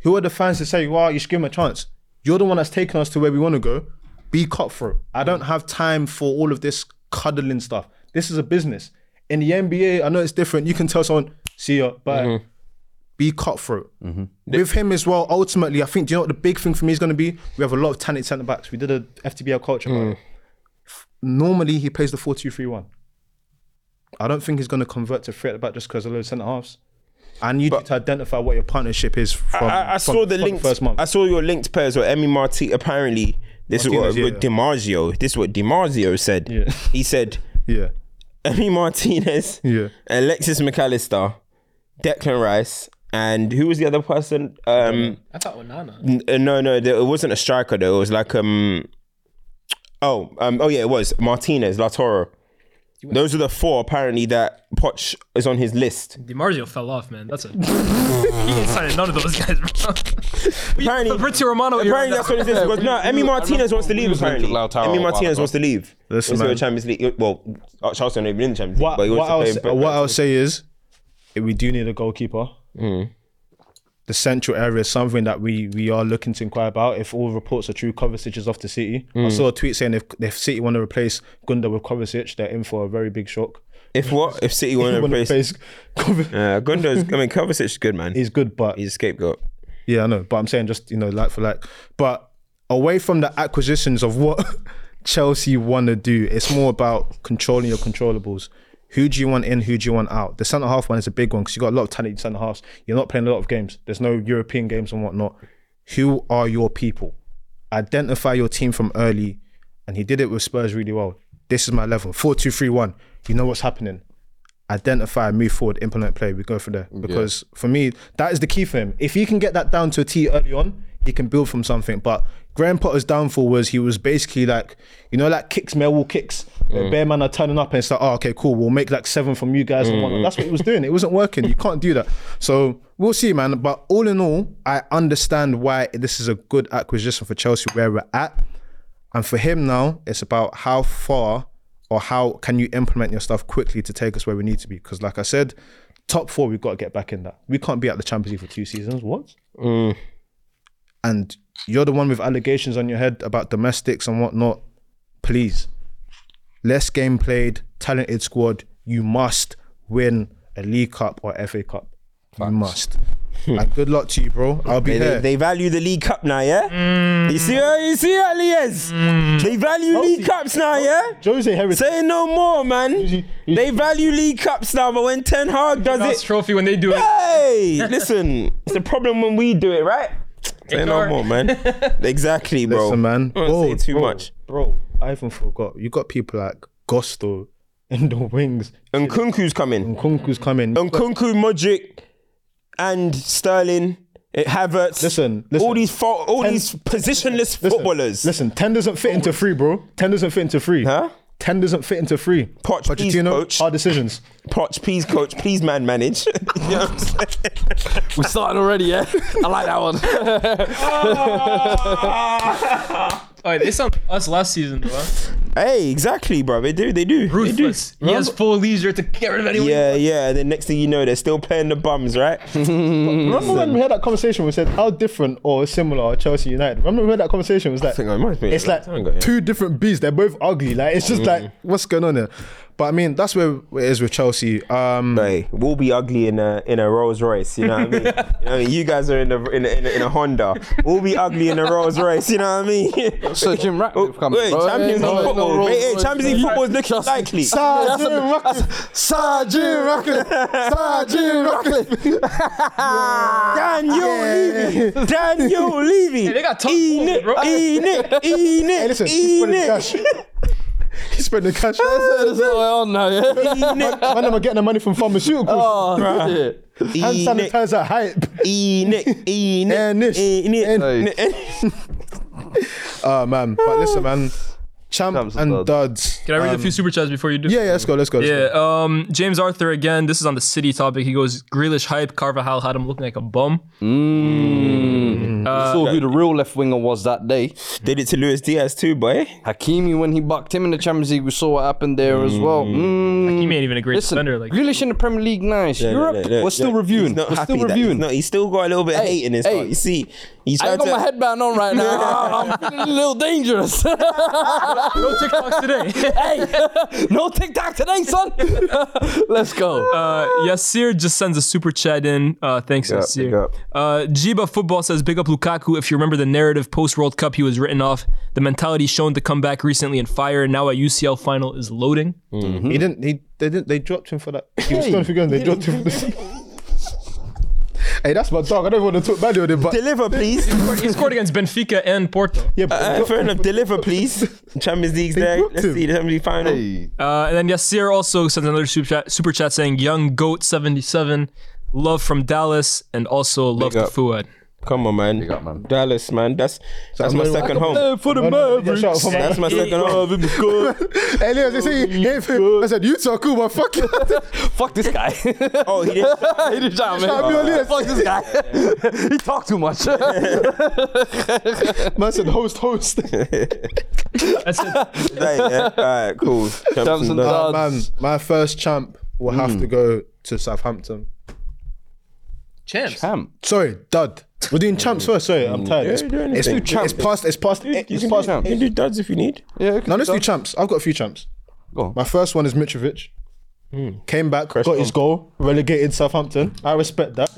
who are the fans that say, wow, you should give him a chance? You're the one that's taken us to where we want to go. Be cutthroat. I don't have time for all of this cuddling stuff. This is a business. In the NBA, I know it's different. You can tell someone, see ya, bye. Be cutthroat. With him as well, ultimately, I think, do you know what the big thing for me is going to be? We have a lot of talented centre backs. We did a FTBL culture.
Mm.
about it. Normally, he plays the 4 2 3 1. I don't think he's going to convert to three at the back just because of low centre halves. I need you to identify what your partnership is from.
I, I
from-
saw the
from
links.
first month.
I saw your linked pairs with Emmy Marti. Apparently, this is
Martinez,
what
yeah.
DiMaggio. This is what DiMaggio said.
Yeah.
He said
yeah,
Emmy Martinez,
Yeah.
Alexis McAllister, Declan Rice, and who was the other person? Um,
I thought Onana.
n- uh, no, no, there, it wasn't a striker though. It was like um, oh, um, oh yeah, it was Martinez, Latoro. Those are the four apparently that Poch is on his list.
DiMarzio fell off, man. That's a. he ain't signing none of those guys, bro.
Apparently,
Fabrizio Romano. you're on
Apparently, that's
that.
what it is. Because no, Emmy
I
Martinez
remember
wants to
we
leave.
was linked to
Apparently,
Lautaro
Emmy
a while
Martinez
ago.
wants to leave.
Listen,
Wants to go
man.
Champions League. Well, Charles not even in the Champions League,
what,
but he
what,
wants
else,
to play. in-
what I'll say is, eh, we do need a goalkeeper.
Mm.
The central area is something that we we are looking to inquire about. If all reports are true, Kovacic is off to City. I
Mm.
saw a tweet saying if if City want to replace Gunda with Kovacic, they're in for a very big shock.
If what? If City want to
Wanna
replace?
replace Kovacic.
Uh, Gundo's. I mean, Kovacic is good, man. He's
He's good, but
he's a scapegoat.
Yeah, I know, but I'm saying just you know like for like. But away from the acquisitions of what Chelsea want to do, it's more about controlling your controllables. Who do you want in? Who do you want out? The centre half one is a big one because you got a lot of talented centre halves. You're not playing a lot of games. There's no European games and whatnot. Who are your people? Identify your team from early, and he did it with Spurs really well. This is my level. Four, two, three, one. You know what's happening identify, move forward, implement play. We go for there because for me, that is the key for him. If he can get that down to a T early on, he can build from something. But Graham Potter's downfall was he was basically like, you know, like kicks, Millwall kicks. The bear man are turning up and it's like, oh, okay, cool. We'll make like seven from you guys. And whatnot. That's what he was doing. It wasn't working. You can't do that. So we'll see, man. But all in all, I understand why this is a good acquisition for Chelsea where we're at. And for him now, it's about how far or how can you implement your stuff quickly to take us where we need to be. Because like I said, top four, we've got to get back in that. We can't be at the Champions League for two seasons. What?
Mm.
And you're the one with allegations on your head about domestics and whatnot. Please, less game played, talented squad. You must win a League Cup or FA Cup. You must. and good luck to you, bro. I'll be
They,
there.
they, they value the League Cup now, yeah.
Mm.
You see, how- you see how he is. They value League Cups now, yeah.
Jose Heritage.
Say no more, man. They value League Cups now, but when Ten Hag does
That's
it,
trophy when they do it.
Hey, listen, it's a problem when we do it, right? Say no
Ignore.
more, man. Exactly, bro.
Listen, man.
Don't say
Bro,
too
bro,
much.
Bro, I even forgot. You got people like Gosto in the wings.
Nkunku's coming.
Nkunku's coming.
Nkunku, Modric, and Sterling, eh, Havertz.
Listen, listen.
All these fo- all
Ten-
these positionless
Listen,
footballers.
Listen, 10 doesn't fit into three, bro. 10 doesn't fit into three.
Huh?
10 doesn't fit into three.
Poch, please, coach.
hard decisions.
Poch, please coach, please man manage. you know what I'm saying?
We started already, yeah? I like that one.
All right, they sound like us last season, bro.
hey, exactly, bro. They do, they do. They do.
Ruthless. He has full leisure to get rid of anyone.
Yeah, yeah. And then next thing you know, they're still playing the bums, right?
Remember when we had that conversation? We said how different or similar are Chelsea United. Remember we had that conversation? It was like
think I might Mm. have been
it's
a long
like
time ago, yeah.
two different beasts. They're both ugly. Like it's just like what's going on there. But I mean, that's where it is with Chelsea. Um,
But hey, we'll be ugly in a in a Rolls Royce. You know what I mean? you, know what I mean? You guys are in a in a, in a, in a Honda. We'll be ugly in a Rolls Royce. You know what I mean? Oh,
So Jim Ratcliffe coming.
Wait,
bro. Ain't
Champions League
no- ain't no
football.
Rolls
Wait, hey,
Royce,
Champions
bro.
League football is looking likely.
Sir Jim Ratcliffe. Sir Jim Ratcliffe. Sir Jim Ratcliffe.
Daniel Levy, Daniel Levy.
they got top four,
Enid,
bro.
Enid,
Hey,
Enid,
listen, he spent the
Enid,
cash. He spent the cash.
This is all on now, yeah?
Enid,
Man, am I getting the money from pharmaceuticals?
Oh, shit.
Hand
Enid,
sanitizer hype.
Enoch, Enoch,
Ernest.
Enoch.
Hey.
Oh man, but listen, man, champ
Champ's a
and
dud.
duds.
Can I read a few super chats before you do?
Yeah, yeah, let's go, let's go. Let's
Yeah, um, James Arthur again. This is on the city topic. He goes, Grealish hype. Carvajal had him looking like a bum.
Mm. saw who the real left winger was that day.
Did it to Luis Diaz too, boy.
Hakimi, when he bucked him in the Champions League, we saw what happened there as well. Mm.
He ain't even a great
Listen,
defender. Like,
Grealish in the Premier League, nice. Europe,
Look, look, look,
we're still
look.
reviewing.
He's not
We're
happy
still
that
reviewing.
He's, not, he's still got a little bit of
Hey,
hate in his
hey.
heart. You see, he's
I
trying
ain't got
to.
my headband on right now. I'm feeling a little dangerous.
no TikToks today.
hey, no TikTok today, son. Let's go.
Uh, Yassir just sends a super chat in. Uh, thanks, Yassir. Uh, Jiba Football says, Big up Lukaku. If you remember the narrative post World Cup, he was written off. The mentality shown to come back recently in fire. Now a UCL final is loading.
go. He didn't. He they didn't. They dropped him for that. He was going for going. They dropped him. for Hey, that's my dog. I don't want to talk badly on him, but
Deliver, please.
He scored against Benfica and Porto.
yeah, but
Uh, fair enough. Deliver, please. Champions League's there.
dropped
Let's
him.
see the Champions League final.
Uh, and then Yassir also sends another super chat, super chat saying, Young Goat 77, love from Dallas, and also love to
up.
Fuad.
Come on, man. Dallas, man. That's that's my second home.
for the
Yeah, shout out for my-
That's my second home.
Hey, Leo, they say he- if I said Utah, cool, but fuck you.
Fuck this guy. he
Oh, he didn't.
didn't shout at me.
Shout at me on this.
Fuck this guy. he talked too much.
Man said host, host.
That's it.
Right, yeah. All right, cool.
Champs and Dodds.
Dodds.
Man, my first champ will have
Mm.
to go to Southampton.
Champs.
Damn.
Sorry, dud. We're doing champs first. Sorry, I'm tired. It's,
Mm. you're doing
it's,
anything.
it's, past. It's past.
You
It's
can do-
past.
you can do duds if you need.
Yeah, okay.
Now let's do champs. I've got a few champs.
Go on. Hmm.
My first one is Mitrovic. Came back, got his goal, relegated Southampton. I respect that.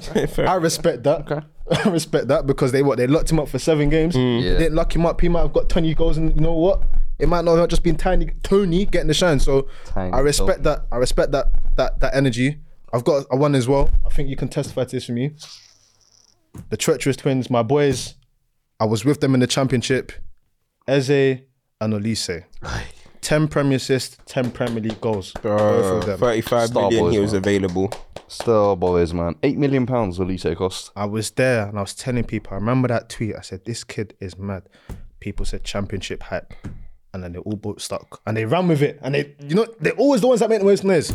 I respect that. I respect that because they what they locked him up for seven games.
Hmm.
They didn't lock him up. He might have got twenty goals, and you know what? It might not have just been tiny Tony getting the shine. So I respect that. I respect that that that energy. I've got a one as well. I think you can testify to this from you. The treacherous twins, my boys. I was with them in the championship. Eze and Olise. 10 Premier assists, 10 Premier League goals. Both of them.
35
Star
million,
boys,
he was
man.
available.
Still, boys, man. Eight million pounds will he take cost?
I was there and I was telling people, I remember that tweet. I said, This kid is mad. People said championship hype. And then they all bought stock. And they ran with it. And they, you know, they're always the ones that make the most noise.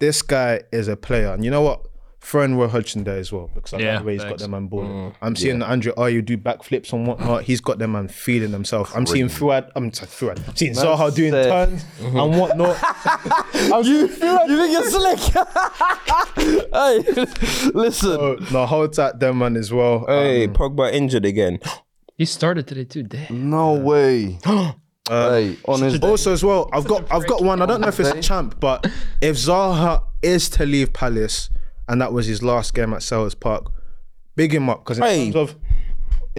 This guy is a player. And you know what? Throwing Roy Hodgson there as well, because I
Yeah,
yeah, the way he's got
thanks.
them on board. I'm seeing Andre Ayew do backflips and whatnot. He's got them man feeling themselves. I'm seeing Fuad, I'm sorry, Fuad. I'm seeing Zaha doing
sick.
turns and whatnot. I'm seeing Fuad
you think you're slick? hey, listen.
Oh, no, hold at them man as well.
Hey, Pogba injured again.
He started today too, damn.
No way.
Uh,
hey, on his
Um, also as well, I've got I've got one. I don't know if it's a champ, but if Zaha is to leave Palace and that was his last game at Sellers Park, big him up because in
Hey.
terms of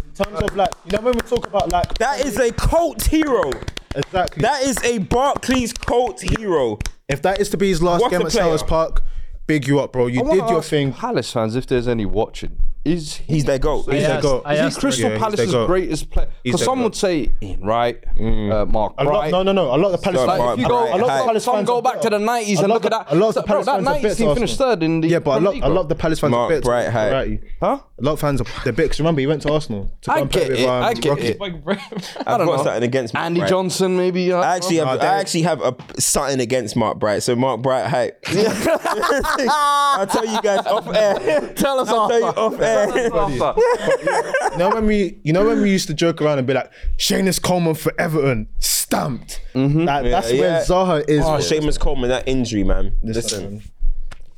in terms of like you know when we talk about like
That is a cult hero.
exactly
That is a Barclays cult hero.
if that is to be his last
What
game
a
at
player.
Sellers Park, big you up, bro. You
I wanna
did your
ask
thing.
Palace fans, if there's any watching, is he
He's their goat.
He's their
asked-
goat.
I
Is he
asked-
Crystal
Yeah, he's
Palace's
their goat.
greatest player?
He's
Because
their
some
goat.
would say, Ian Wright, uh, Mark
A lot,
Wright.
no, no, no. A lot of the Palace
Sorry,
fans.
Mark
if you go,
Bright,
a lot of
hype.
the Palace
Some
fans
go
are
back
bitter.
to the 90s
A
and
lot-
look at that.
a lot of the
bro,
Palace
that
fans are
90s
bits
team finished
Arsenal.
third in the
Yeah, but a
Premier
lot,
League,
a
bro.
lot of the Palace fans
Mark
are bitter.
Bright, hype.
Right.
Huh?
A lot of fans are they're bitter. 'cause Remember, he went to Arsenal to
I
compete
get
with
it,
um,
I get
Rocky.
it.
I've
don't
got
know.
something against Mark
Andy
Bright.
Johnson, maybe. uh,
I actually, have,
they-
I actually have a something against Mark Bright. So Mark Bright hype. I'll tell you guys off air.
Tell us
I'll tell you
all.
off air.
You know when we, you know when we used to joke around and be like, Seamus Coleman for Everton, stamped. Like, that's
Mm-hmm. Yeah,
where
yeah.
Zaha is.
Oh, Seamus Coleman, that injury, man. Listen,
Listen.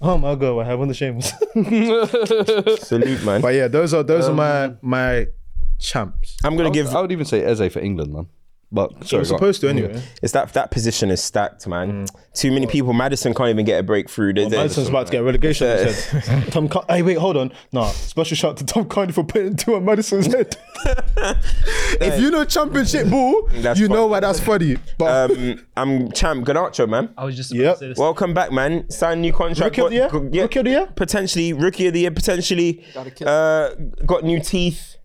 Oh my god, I have on the Seamus.
salute, man.
but yeah, those are those are my my champs.
I'm gonna give.
I would even say Eze for England, man. But
You're
sorry, go on.
supposed to anyway.
It's that that position is stacked, man. Too many people. Madison can't even get a breakthrough. They- they-
Madison's about to get relegation. he said. Tom, Car- hey, wait, hold on. Nah, special shout out to Tom Carney for putting two on Madison's head. if you know championship ball,
That's
you know
funny.
why that's funny. But
um, I'm champ Ganacho, man.
I was just about
Yep.
to say this.
Welcome back, man. Sign new contract.
Rookie of the year?
yeah,
Rookie of the year?
Potentially rookie of the year. Potentially uh, got new teeth,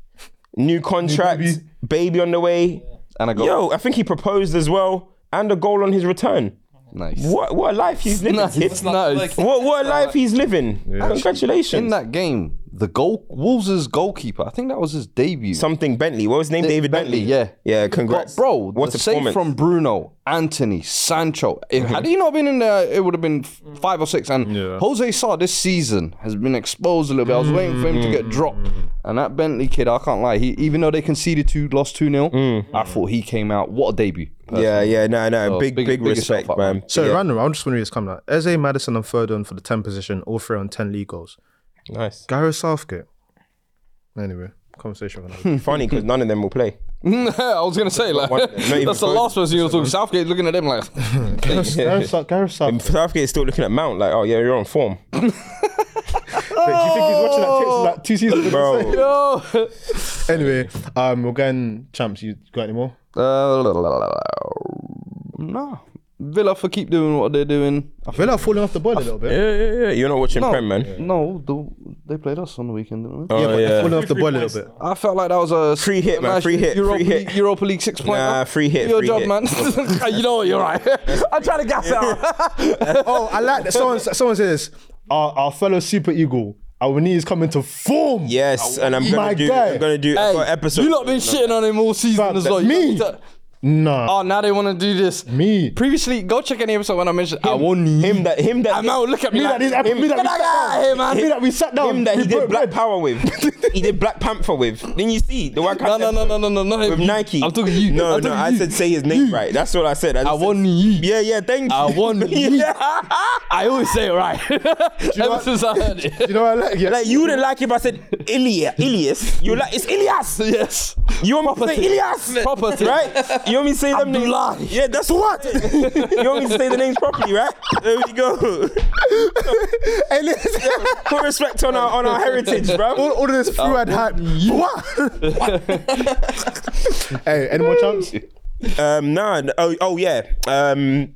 new contract, baby. on the way.
And I got
Yo, I think he proposed as well, and a goal on his return.
nice.
What what a life he's living,
Nice,
kid.
nice.
What what a life he's living. Congratulations.
In that game, the goal Wolves' goalkeeper. I think that was his debut.
Something Bentley. What was his name?
Da-
David Bentley.
Yeah.
Yeah, congrats.
But bro,
what
the
a
save
performance.
from Bruno, Anthony, Sancho. If, Had he not been in there, it would have been f- five or six. And Jose Sa this season has been exposed a little bit. I was waiting for him to
Mm.
get dropped. And that Bentley kid, I can't lie. He, even though they conceded two, lost 2 0, I thought he came out. What a debut.
Mm. Yeah, yeah, no, no,
So,
big,
big-
big,
big
respect,
yourself up,
man.
man.
So random, I'm just wondering it's coming out. Eze Madison and Foden for the 10 position, all three on 10 league goals.
Nice.
Gareth Southgate. Anyway, conversation with another.
Funny because none of them will play.
I was going to say, like,
One- not even
that's the
close.
last person you were talking Southgate looking at them like,
Gareth, Gareth, Sou- Gareth Southgate.
And Southgate is still looking at Mount like, oh yeah, you're on form,
Do you think he's watching that text like two seasons ago?
bro.
yo.
Anyway, um, we're going champs. You got any more?
Uh, la- la- la- la- no. Villa for keep doing what they're doing. I
Villa falling off the boil a little bit.
Yeah, yeah, yeah. You're not watching
No,
Prem, man.
Oh, no, the, they played us on the weekend, didn't they?
Oh,
Yeah, but they're
yeah.
falling off the boil a little bit.
I felt like that was a
Free hit, man,
nice
free hit,
Europa
free hit.
League, Europa League six point.
Nah,
man.
free hit,
Your
free
job,
hit.
man. you know what? You're right. I try to gas it out.
Oh, I like that. Someone, someone says, our, our fellow Super Eagle, our knee is coming to form.
Yes, and I'm
My
gonna do.
guy.
I'm gonna do
hey,
an episode.
you lot been shitting on him all season
Fam,
as well.
that's
You
me.
lot-
Nah.
Oh, now they want to do this.
Me.
Previously, go check any episode when I mentioned I won
him that him that
I'm out. Look at me.
me
like,
that is- me that
get
we
that
sat
guy out
down.
here, man.
Me that we sat down.
him that he
we
did
broke
Black
bread.
Power with. he did Black Panther with. Didn't you see the one?
No, no, no, no, no, no, not him.
With
You.
Nike.
I'm talking you.
No,
I'm
no.
talking
I
you.
said say his name
You.
right. That's what I said. I,
I
just
won
said-
ye.
Yeah, yeah. Thank you.
I won ye.
yeah.
I always say it right. Ever
what-
since I heard it.
You know what I like? Yeah.
Like you wouldn't like if I said Ilya, Ilias. You like it's Ilias.
Yes.
You want me to say
thing.
Ilias?
Proper thing.
Right? You want me to say them names?
Abdullah.
Yeah, that's what. you want me to say the names properly, right? There we go. Put respect on our on our heritage,
all,
bro.
all of this fluid hype. What? hey, any more champs?
Um, nah. n- Oh, oh yeah. Um,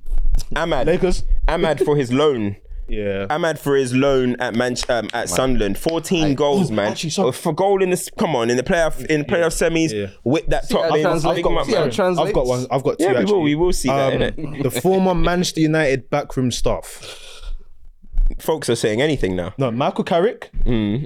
Ahmad.
Lakers?
Ahmad for his loan.
Yeah.
Ahmad for his loan at Man- um, at Sunderland, 14 goals, man. Oh,
actually, sorry.
for goal in this, come on, in the playoff in the playoff semis,
yeah.
whip that top lane.
translates.
Big man,
See how it
man.
translates.
I've got one. I've got two.
Yeah, we will-
actually.
we will see that, innit?
Um, the former Manchester United backroom staff.
Folks are saying anything now.
No, Michael Carrick.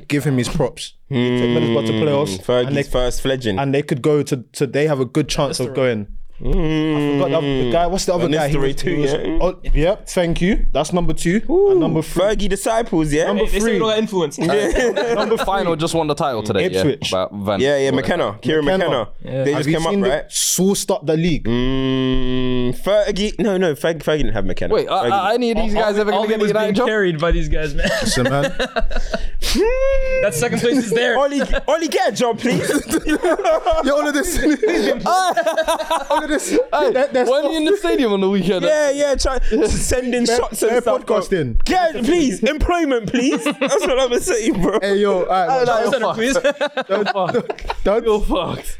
Give him his props. He took Middlesbrough to playoffs, and they,
Hmm. Fergie's Mm, first fledgling.
and they could go to. to they have a good chance of going.
Mm.
I forgot the, other- the guy. What's the other
Van
guy?
Nistelrooy too, yeah.
oh, yep. Thank you. That's number two. And number three.
Fergie disciples, yeah.
Number
They say
three.
you don't got influence.
Number final just won the title today.
Ipswich.
Yeah, But Van-
Yeah, yeah, McKenna, Kieran McKenna.
McKenna.
They just
Have you
came
seen
up,
the
right?
sourced up the league?
Mm, Fergie, no, no, Ferg, Fergie didn't have McKenna.
Wait, are,
Fergie.
are any of these guys ever going to get
Ollie
the
was being
United job?
carried by these guys, man.
Listen, man.
That second place is there.
Ollie, Ollie, get a job, please.
Yo, all of this. all of this.
Hey,
That- that's
weren't you in the stadium on the weekend?
yeah, yeah, try sending shots and
they're
stuff. bro.
podcasting.
Get, please, employment, please. That's what I'm gonna say, bro.
Hey, yo, all right,
You're
Center,
fucked.
please.
don't,
You're fucked.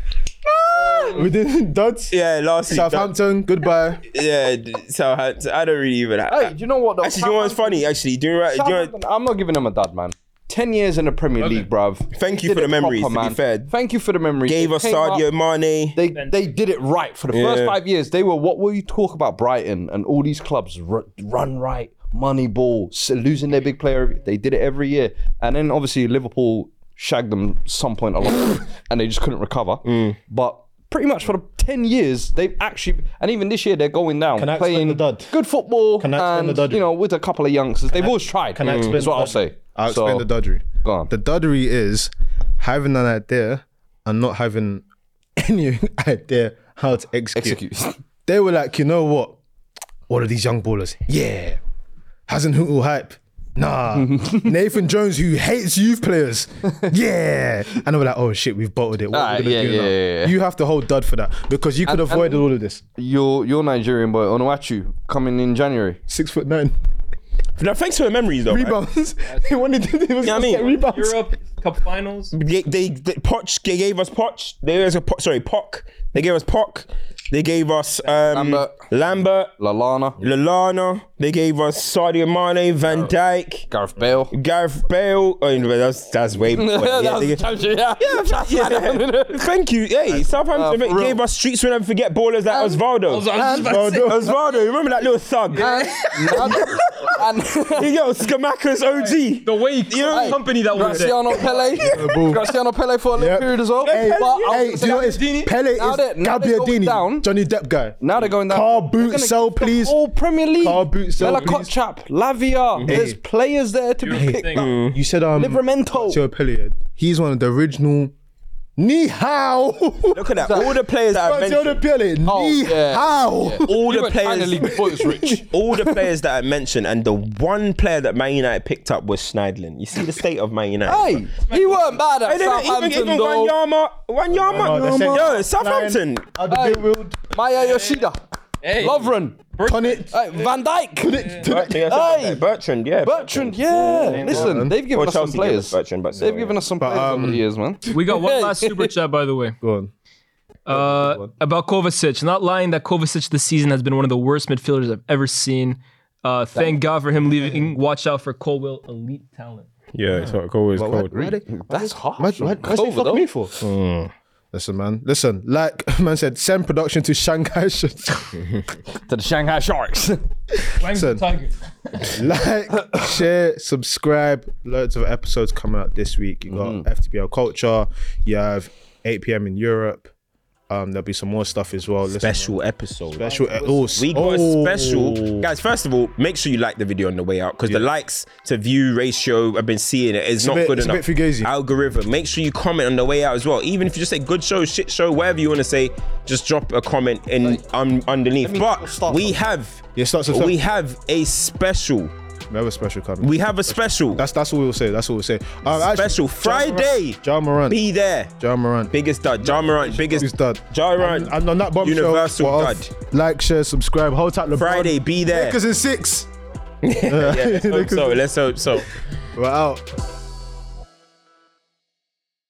we didn't, don't.
Yeah, last week.
Southampton, goodbye.
that- Yeah, d- Southampton. I don't really even.
Hey, you know what? Though?
actually, you know what's funny? Actually, do you know, what- do you know, what-
Southampton- I'm not giving them a dud, man. Ten years in the Premier League, bruv.
Thank you
Did
for the
it
memories, to be fair.
Thank you for the memories.
gave
They
us
came up-
Sadio Mane.
They they did it right for the first
Yeah.
five years. They were what will you talk about Brighton and all these clubs r- run right, money ball, s- losing their big player. They did it every year, and then obviously Liverpool shagged them some point along, and they just couldn't recover.
Mm.
But pretty much for the ten years, they've actually and even this year they're going down
Can I explain
playing
the dud?
good football
Can I explain
and
the dud?
you know with a couple of youngsters. They've always tried. Mm.
Can I explain
That's
the
what I'll
dud?
say.
I'll
So-
explain the doddery.
Go on.
The doddery is having an idea and not having any idea how to
Execute.
they were like, you know what? What are these young ballers? Yeah. Hasn't Hootle hype? Nah. Nathan Jones, who hates youth players. Yeah. And they were like, oh shit, we've bottled it. What
Ah,
are we gonna
yeah,
do
yeah,
now?
yeah, yeah.
You have to hold dud for that because you could
And-
have avoid all of this.
your your Nigerian boy Onuachu coming in January.
Six foot nine.
No, thanks for the memories, though. man.
Rebounds. they wanted to do was
You know what I mean?
get rebounds.
Europe Cup Finals.
they, they, they Poch they gave us Poch. They gave us a Poch, sorry Pock. They gave us Pock. They gave us um,
Lambert.
Lambert,
Lalana.
Lalana. They gave us Sadio Mane, Van Dijk,
Gareth Bale.
Gareth Bale. Oh, no, that's that's way. before.
that
yeah,
was the
they gave-
time she- yeah.
yeah, yeah. Thank you. Hey, Southampton
for real.
gave us streets when I forget ballers like Osvaldo. Osvaldo. Osvaldo, remember that little thug?
And
Yo, Skamaka's OG.
The way he
know-
company that was it.
Graciano Pele. Graciano Pele for a little
Yep.
period as well.
Hey,
But I
hey,
was
do you
gonna
know what it is?
say, Gagliardini,
Pele is
now they're- now they're going
Gagliardini,
down.
Johnny Depp guy.
Now they're going down.
Car
They're
boot,
gonna
sell,
give the
please.
whole Premier League.
Car boot, sell, please. Mm-hmm.
Melakotchap, Lavia. There's players there to be picked. up.
You said um,
Livramento.
Tio Pele. He's one of the original. Ni hao.
Look at that. All the players that I
Tio
mentioned.
Pele. Ni
Oh, yeah.
hao.
You
All the
went finally
players.
before it was rich.
All the players that I mentioned, and the one player that Man United picked up was Schneidlin. You see the state of Man United.
Hey, he weren't bad at
Hey, they don't even
Southampton
even
though.
Wanyama. Wanyama.
that's it.
Yo, Southampton.
Out the
Hey.
big world.
Maya Yoshida, Lovren,
Con it.
hey, Van Dijk, Hey.
Bertrand, yeah.
Bertrand. Yeah, listen, they've given
Well,
us some
Chelsea gave
players.
us Bertrand, but
They've given us some players over
um,
the years, man.
We got one
Hey.
last super chat, by the way.
Go on.
Uh, about Kovacic. Not lying that Kovacic this season has been one of the worst midfielders I've ever seen. Uh, thank God for him leaving. Watch out for Colwell, elite talent.
Yeah, it's what Cole is called.
That's hot.
What, what, what's he fuck me for? Listen, man. Listen, like man said, send production to Shanghai.
to the Shanghai Sharks.
Listen. like, share, subscribe. Loads of episodes coming out this week. You got
Mm-hmm.
FTPL Culture. You have 8 p.m. in Europe. Um, there'll be some more stuff as well. Listen,
Special episode.
Special. Oh, s-
We got
oh.
a special. Guys, first of all, make sure you like the video on the way out because the likes to view ratio, I've been seeing it, is not
bit-
good
it's a
enough.
bit fugazi.
Algorithm. Make sure you comment on the way out as well. Even if you just say good show, shit show, whatever you want to say, just drop a comment in um, underneath. But
start
we
something.
have
Yeah, start something.
we have a special.
We have a special coming.
We have a special.
That's that's what we'll say. That's what we'll say. Um, actually,
special
Ja
Friday.
Morant- Ja Morant.
Be there.
Ja Morant.
Biggest dud. John Morant. Biggest
Biggest dud.
Ja Morant.
And, and on that bombshell,
Universal
what
dud.
else? Like, share, subscribe. Hold tight, LeBron.
Friday, be there.
Lakers in six.
Yeah, let's hope so. Let's hope so.
We're out.